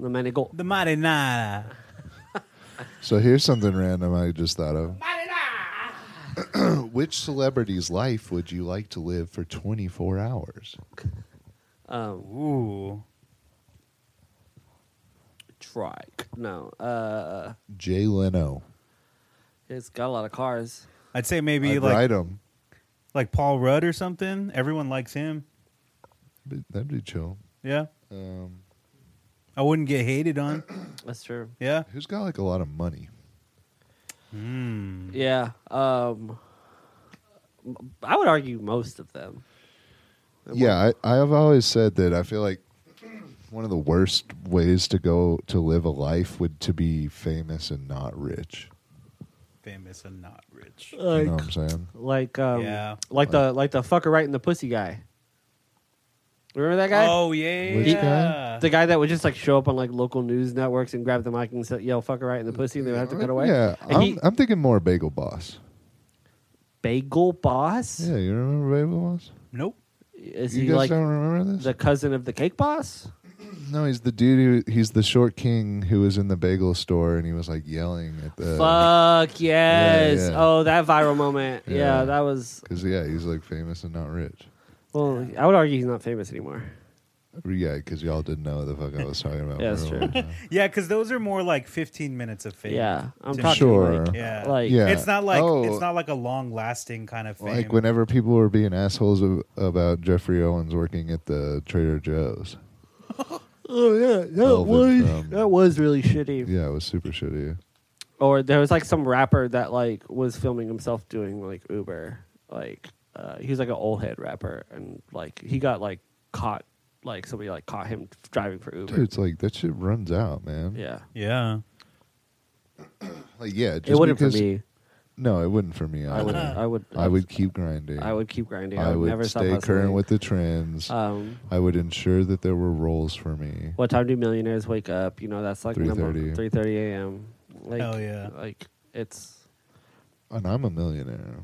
Speaker 2: The money go.
Speaker 3: The marinara.
Speaker 1: So here's something random I just thought of. Which celebrity's life would you like to live for 24 hours?
Speaker 2: Um,
Speaker 3: Ooh.
Speaker 2: trike. No. Uh,
Speaker 1: Jay Leno.
Speaker 2: it's got a lot of cars.
Speaker 3: I'd say maybe
Speaker 1: I'd
Speaker 3: like
Speaker 1: ride him.
Speaker 3: like Paul Rudd or something. Everyone likes him.
Speaker 1: But That'd be chill.
Speaker 3: Yeah.
Speaker 1: Um,
Speaker 3: I wouldn't get hated on.
Speaker 2: That's true.
Speaker 3: Yeah.
Speaker 1: who's got like a lot of money?
Speaker 3: Mm.
Speaker 2: Yeah. Um, I would argue most of them.
Speaker 1: Yeah, I, I've always said that I feel like one of the worst ways to go to live a life would to be famous and not rich.
Speaker 3: Famous and not rich.
Speaker 1: You
Speaker 2: Like,
Speaker 1: know what I'm saying?
Speaker 2: like, um,
Speaker 3: Yeah.
Speaker 2: like the like the fucker right in the pussy guy. Remember that guy?
Speaker 3: Oh yeah.
Speaker 1: Which guy?
Speaker 2: The guy that would just like show up on like local news networks and grab the mic and say, "Yo, fucker right in the pussy," and they would have to cut away.
Speaker 1: Mm, Yeah,
Speaker 2: And
Speaker 1: I'm,
Speaker 2: he-
Speaker 1: I'm thinking more Bagel Boss.
Speaker 2: Bagel Boss.
Speaker 1: Yeah, you remember Bagel Boss?
Speaker 3: Nope.
Speaker 2: Is
Speaker 1: you
Speaker 2: he
Speaker 1: guys
Speaker 2: like
Speaker 1: don't remember this?
Speaker 2: the cousin of the Cake Boss?
Speaker 1: No, he's the dude who he's the short king who was in the bagel store and he was like yelling at the
Speaker 2: Fuck yes!
Speaker 1: yeah.
Speaker 2: Oh, that viral moment. yeah,
Speaker 1: Yeah.
Speaker 2: that was.
Speaker 1: because yeah, he's like famous and not rich.
Speaker 2: Well, I would argue he's not famous anymore.
Speaker 1: Yeah, because y'all didn't know what the fuck I was talking about.
Speaker 2: Yeah, that's
Speaker 1: for a
Speaker 2: true.
Speaker 1: long time.
Speaker 3: Yeah, because those are more like fifteen minutes of fame.
Speaker 2: Yeah, I'm
Speaker 3: To
Speaker 2: talking
Speaker 1: Sure.
Speaker 2: like,
Speaker 3: Yeah.
Speaker 2: like
Speaker 1: Yeah.
Speaker 3: It's not like
Speaker 1: Oh.
Speaker 3: it's not like a long lasting kind of fame.
Speaker 1: Like whenever people were being assholes of, about Jeffrey Owens working at the Trader Joe's.
Speaker 2: Oh yeah, that
Speaker 1: Elvin
Speaker 2: was
Speaker 1: from-
Speaker 2: that was really shitty.
Speaker 1: Yeah, it was super shitty.
Speaker 2: Or there was like some rapper that like was filming himself doing like Uber. Like uh, he was like an old head rapper, and like he got like caught. Like somebody like caught him driving for Uber.
Speaker 1: Dude, it's like that shit runs out, man.
Speaker 2: yeah,
Speaker 3: Yeah.
Speaker 1: Like yeah, just
Speaker 2: it wouldn't
Speaker 1: because,
Speaker 2: for me.
Speaker 1: No, it wouldn't for me.
Speaker 2: I would. I would.
Speaker 1: I would keep grinding.
Speaker 2: I would keep grinding. I
Speaker 1: I
Speaker 2: would,
Speaker 1: would
Speaker 2: never stop
Speaker 1: stay current
Speaker 2: hustling.
Speaker 1: with the trends.
Speaker 2: Um,
Speaker 1: I would ensure that there were roles for me.
Speaker 2: what time do millionaires wake up? You know, that's like number
Speaker 1: 3:30.
Speaker 2: three thirty a.m. Like,
Speaker 3: Hell yeah.
Speaker 2: Like it's
Speaker 1: and I'm a millionaire.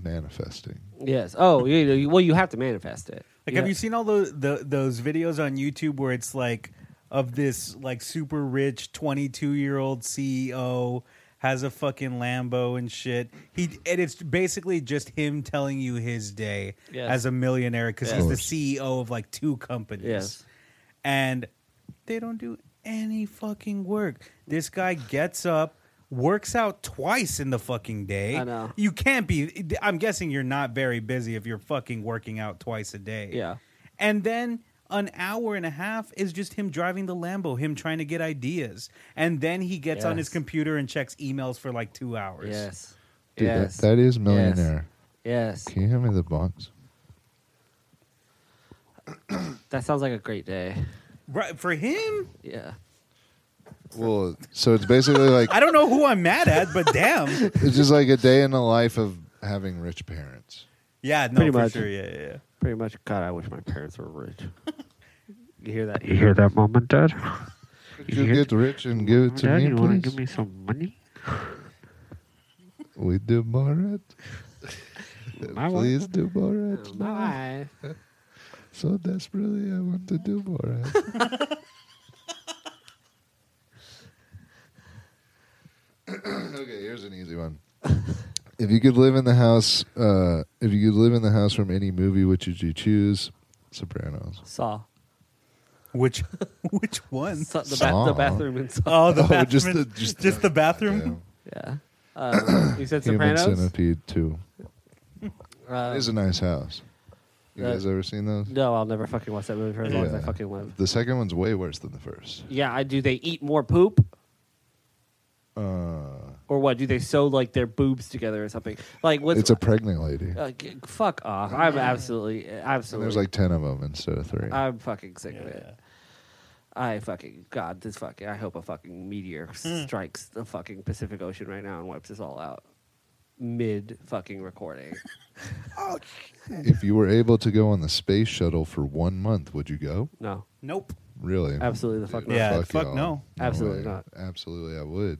Speaker 1: Manifesting.
Speaker 2: yes. Oh, you, you, well, you have to manifest it.
Speaker 3: Like, have you seen all those the, those videos on YouTube where it's like of this like super rich twenty two year old CEO E has a fucking Lambo and shit. He and it's basically just him telling you his day
Speaker 2: Yes.
Speaker 3: as a millionaire because
Speaker 2: Yes.
Speaker 1: Of
Speaker 3: he's
Speaker 1: course.
Speaker 3: the CEO of like two companies.
Speaker 2: Yes.
Speaker 3: and they don't do any fucking work. This guy gets up. Works out twice in the fucking day.
Speaker 2: I know.
Speaker 3: You can't be. I'm guessing you're not very busy if you're fucking working out twice a day.
Speaker 2: Yeah.
Speaker 3: And then an hour and a half is just him driving the Lambo, him trying to get ideas. And then he gets on his
Speaker 2: Yes.
Speaker 3: computer and checks emails for like two hours.
Speaker 2: Yes.
Speaker 1: Dude,
Speaker 2: yes.
Speaker 1: that, that is millionaire.
Speaker 2: Yes.
Speaker 1: Can you hand me the box?
Speaker 2: That sounds like a great day.
Speaker 3: Right, for him,
Speaker 2: Yeah.
Speaker 1: Well, so it's basically like
Speaker 3: I don't know who I'm mad at, but damn.
Speaker 1: it's just like a day in the life of having rich parents.
Speaker 3: Yeah, no,
Speaker 2: Pretty
Speaker 3: for
Speaker 2: much.
Speaker 3: sure. Yeah, yeah, yeah.
Speaker 2: Pretty much. God, I wish my parents were rich. you hear that? You hear that, mom and dad?
Speaker 1: Could you get rich and give it to
Speaker 2: Dad,
Speaker 1: me,
Speaker 2: you want
Speaker 1: please?
Speaker 2: to give me some money?
Speaker 1: We do Borat. please do Borat.
Speaker 2: Bye.
Speaker 1: So desperately, I want to do Borat. okay, here's an easy one. If you could live in the house, uh, if you could live in the house from any movie, which would you choose? Sopranos.
Speaker 2: Saw.
Speaker 3: Which which one?
Speaker 2: Saw the, ba-
Speaker 1: Saw?
Speaker 2: the bathroom and saw.
Speaker 3: Oh, the
Speaker 1: Oh,
Speaker 3: bathroom.
Speaker 1: just
Speaker 3: Just
Speaker 1: the-
Speaker 3: the,
Speaker 1: just
Speaker 3: bathroom.
Speaker 2: Yeah. Uh, Oh. you said
Speaker 1: Human
Speaker 2: Sopranos?
Speaker 1: Centipede Two.
Speaker 2: Uh,
Speaker 1: It is a nice house. You
Speaker 2: Uh,
Speaker 1: guys ever seen those?
Speaker 2: no, I'll never fucking watch that movie for as long as I
Speaker 1: Yeah.
Speaker 2: fucking live.
Speaker 1: The second one's way worse than the first.
Speaker 2: Yeah, I do. They eat more poop,
Speaker 1: Uh,
Speaker 2: or what? Do they sew like their boobs together or something? Like what's?
Speaker 1: it's a pregnant lady.
Speaker 2: uh, g- fuck off! I'm absolutely,
Speaker 1: and
Speaker 2: absolutely.
Speaker 1: there's like ten of them instead of three.
Speaker 2: I'm fucking sick of it.
Speaker 3: Yeah.
Speaker 2: I fucking God, this fucking. I hope a fucking meteor strikes the fucking Pacific Ocean right now and wipes us all out. Mid fucking recording.
Speaker 1: if you were able to go on the space shuttle for one month, would you go?
Speaker 2: No,
Speaker 3: Nope.
Speaker 1: Really?
Speaker 2: absolutely the fuck not.
Speaker 3: Yeah, fuck
Speaker 1: y'all.
Speaker 3: no.
Speaker 2: Absolutely
Speaker 1: way.
Speaker 2: not.
Speaker 1: Absolutely, I would.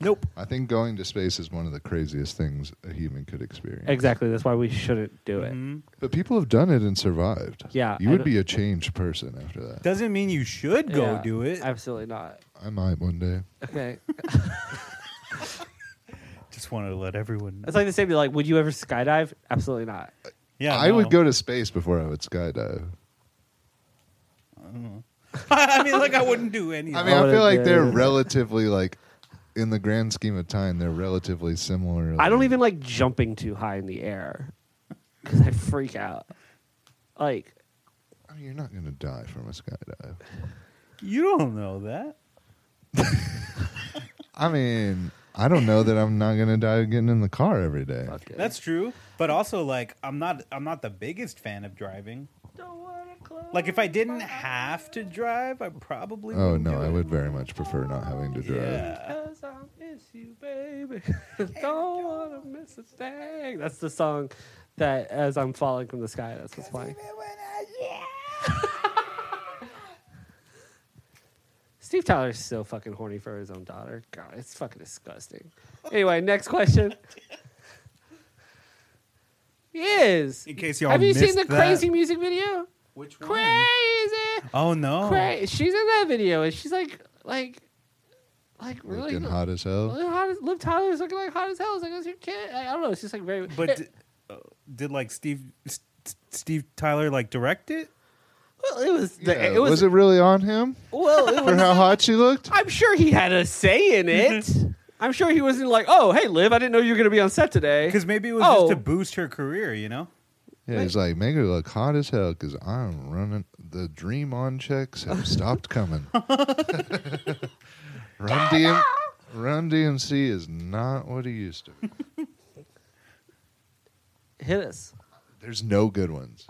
Speaker 3: Nope.
Speaker 1: I think going to space is one of the craziest things a human could experience.
Speaker 2: Exactly. That's why we shouldn't do it.
Speaker 3: Mhm.
Speaker 1: But people have done it and survived.
Speaker 2: Yeah,
Speaker 1: You
Speaker 2: I
Speaker 1: would
Speaker 2: don't-
Speaker 1: be a changed person after that.
Speaker 3: Doesn't mean you should go
Speaker 2: Yeah,
Speaker 3: do it.
Speaker 2: Absolutely not.
Speaker 1: I might one day.
Speaker 2: Okay.
Speaker 3: Just wanted to let everyone know.
Speaker 2: It's like the same. thing, Like, would you ever skydive? Absolutely not.
Speaker 3: yeah,
Speaker 1: I would
Speaker 3: no.
Speaker 1: go to space before I would skydive.
Speaker 3: I mean, like, I wouldn't do anything.
Speaker 1: I mean,
Speaker 2: I
Speaker 1: I,
Speaker 2: would've-
Speaker 1: feel like they're
Speaker 2: yeah.
Speaker 1: relatively like, in the grand scheme of time, they're relatively similar.
Speaker 2: I don't even like jumping too high in the air because I freak out. Like,
Speaker 1: I mean, you're not going to die from a skydive.
Speaker 3: you don't know that.
Speaker 1: I mean, I don't know that I'm not going to die getting in the car every day.
Speaker 2: fuck it.
Speaker 3: That's true, but also like I'm not I'm not the biggest fan of driving. Like if I didn't have to drive, I probably.
Speaker 1: Oh
Speaker 3: wouldn't
Speaker 1: no,
Speaker 3: do
Speaker 1: I
Speaker 3: it.
Speaker 1: would very much prefer not having to drive.
Speaker 3: Yeah.
Speaker 2: Because I miss you, baby. Don't want to miss a thing. That's the song that, as I'm falling from the sky, that's what's playing. Steve Tyler's so fucking horny for his own daughter. God, it's fucking disgusting. Anyway, next question. He is.
Speaker 3: In case y'all
Speaker 2: Have you seen
Speaker 3: missed
Speaker 2: the
Speaker 3: that.
Speaker 2: crazy music video?
Speaker 3: Which one?
Speaker 2: Crazy.
Speaker 3: Oh no!
Speaker 2: Cra- She's in that video, and she's like, like, like really
Speaker 1: Looking hot as hell.
Speaker 2: Liv, hot as, Liv Tyler's looking like hot as hell. It's like, it's your kid. I, I don't know. It's just like very.
Speaker 3: But
Speaker 2: it,
Speaker 3: d- uh, did like Steve S- S- Steve Tyler like direct it?
Speaker 2: well, it was. The,
Speaker 1: Yeah,
Speaker 2: it was.
Speaker 1: it really on him
Speaker 2: well, it
Speaker 1: for
Speaker 2: was.
Speaker 1: how hot she looked?
Speaker 2: I'm sure he had a say in it.
Speaker 1: Mm-hmm.
Speaker 2: I'm sure he wasn't like, oh, hey, Liv, I didn't know you were going to be on set today.
Speaker 3: Because maybe it was
Speaker 2: Oh.
Speaker 3: just to boost her career, you know.
Speaker 1: Yeah, he's like, make her look hot as hell because I'm running. The dream on checks have stopped coming. Run, DM, Run DMC is not what he used to. be.
Speaker 2: hit us.
Speaker 1: There's no good ones.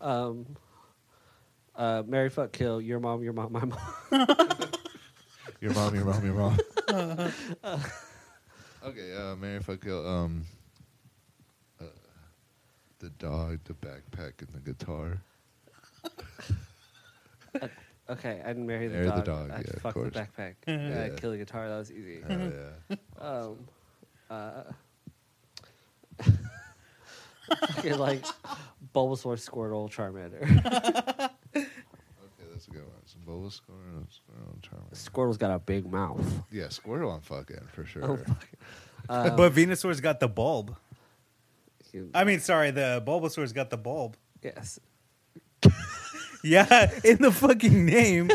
Speaker 2: Um, uh, Mary, fuck, kill your mom, your mom, my mom.
Speaker 1: Your mom, your mom, your mom. okay, uh, Mary fuck kill. Um, uh, the dog, the backpack, and the guitar.
Speaker 2: Okay, I'd marry the
Speaker 1: Marry the
Speaker 2: dog.
Speaker 1: dog,
Speaker 2: I'd
Speaker 1: yeah, of
Speaker 2: fuck the
Speaker 1: course. Mm-hmm.
Speaker 2: backpack.
Speaker 1: Yeah.
Speaker 2: I'd kill the guitar. That was easy.
Speaker 1: Hell Oh, yeah.
Speaker 2: Um, uh, fucking, like Bulbasaur, Squirtle, Charmander.
Speaker 1: Okay, that's a good one. Some What was Squirrel? Squirrel I'm trying to remember.
Speaker 2: Squirtle's got a big mouth.
Speaker 1: Yeah, Squirrel I'm fucking for sure.
Speaker 3: but Venusaur's got the bulb. I mean, sorry, the Bulbasaur's got the bulb.
Speaker 2: yes.
Speaker 3: Yeah, in the fucking name.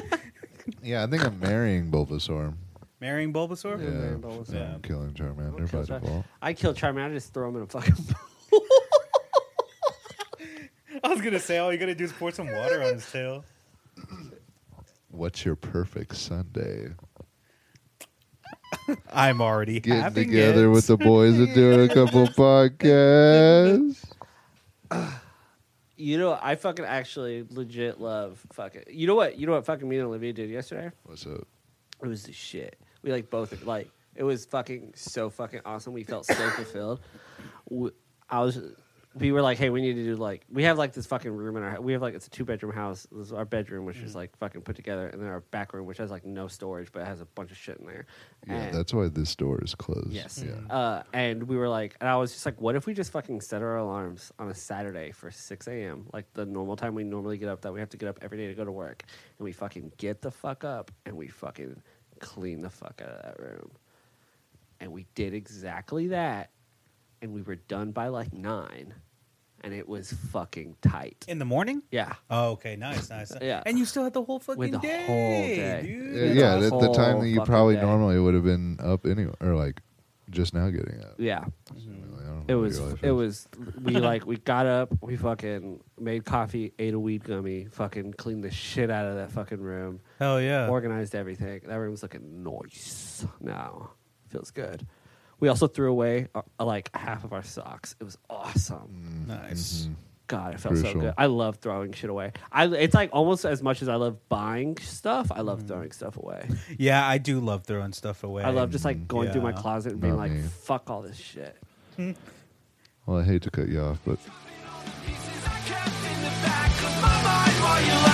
Speaker 1: Yeah, I think I'm marrying Bulbasaur.
Speaker 3: Marrying Bulbasaur?
Speaker 1: Yeah, f-
Speaker 2: marrying Bulbasaur.
Speaker 1: I'm killing Charmander by
Speaker 2: Kills her.
Speaker 1: default.
Speaker 2: I kill Charmander. I just throw him in a fucking.
Speaker 3: I was gonna say all you gotta do is pour some water on his tail.
Speaker 1: What's your perfect Sunday?
Speaker 3: I'm already
Speaker 1: Getting
Speaker 3: having
Speaker 1: together
Speaker 3: it.
Speaker 1: with the boys and doing a couple podcasts.
Speaker 2: you know, I fucking actually legit love fucking. You know what? You know what fucking me and Olivia did yesterday?
Speaker 1: What's up?
Speaker 2: It was the shit. We like both like it was fucking so fucking awesome. We felt so fulfilled. W- I was. We were like, hey, we need to do like we have like this fucking room in our we have like it's a two bedroom house. This is our bedroom, which is like fucking put together, and then our back room, which has like no storage, but it has a bunch of shit in there.
Speaker 1: Yeah,
Speaker 2: And-
Speaker 1: that's why this door is closed.
Speaker 2: Yes.
Speaker 1: Yeah.
Speaker 2: Uh, and we were like, and I was just like, what if we just fucking set our alarms on a Saturday for 6 a.m., like the normal time we normally get up, that we have to get up every day to go to work, and we fucking get the fuck up and we fucking clean the fuck out of that room. And we did exactly that, and we were done by like nine, and it was fucking tight.
Speaker 3: in the morning?
Speaker 2: Yeah.
Speaker 3: Oh, okay, nice, nice.
Speaker 2: Yeah.
Speaker 3: And you still had the whole fucking
Speaker 2: With the
Speaker 3: day,
Speaker 2: whole day.
Speaker 1: Yeah,
Speaker 3: dude.
Speaker 2: That's
Speaker 1: Uh, yeah,
Speaker 2: a
Speaker 1: the, the time
Speaker 2: whole
Speaker 1: that you
Speaker 2: fucking
Speaker 1: probably
Speaker 2: day.
Speaker 1: normally would have been up anyway, or like just now getting up.
Speaker 2: Yeah.
Speaker 1: Really, I don't know what
Speaker 2: Mm-hmm. It
Speaker 1: your
Speaker 2: was.
Speaker 1: life
Speaker 2: It
Speaker 1: is.
Speaker 2: was. We like. We got up. We fucking made coffee. Ate a weed gummy. Fucking cleaned the shit out of that fucking room.
Speaker 3: Hell yeah.
Speaker 2: Organized everything. That room's looking nice now. Feels good. We also threw away uh, like half of our socks. It was awesome.
Speaker 3: nice.
Speaker 1: Mm-hmm.
Speaker 2: God, it felt so
Speaker 1: Mm. Crucial.
Speaker 2: good. I love throwing shit away. I. It's like almost as much as I love buying stuff. I
Speaker 1: Mm.
Speaker 2: love throwing stuff away.
Speaker 3: Yeah, I do love throwing stuff away.
Speaker 2: I love just like going through my
Speaker 3: Yeah.
Speaker 2: closet and being
Speaker 1: Not
Speaker 2: like,
Speaker 1: me.
Speaker 2: "Fuck all this shit."
Speaker 1: Well, I hate to cut you off, but
Speaker 4: Pieces I kept in the back of my mind while you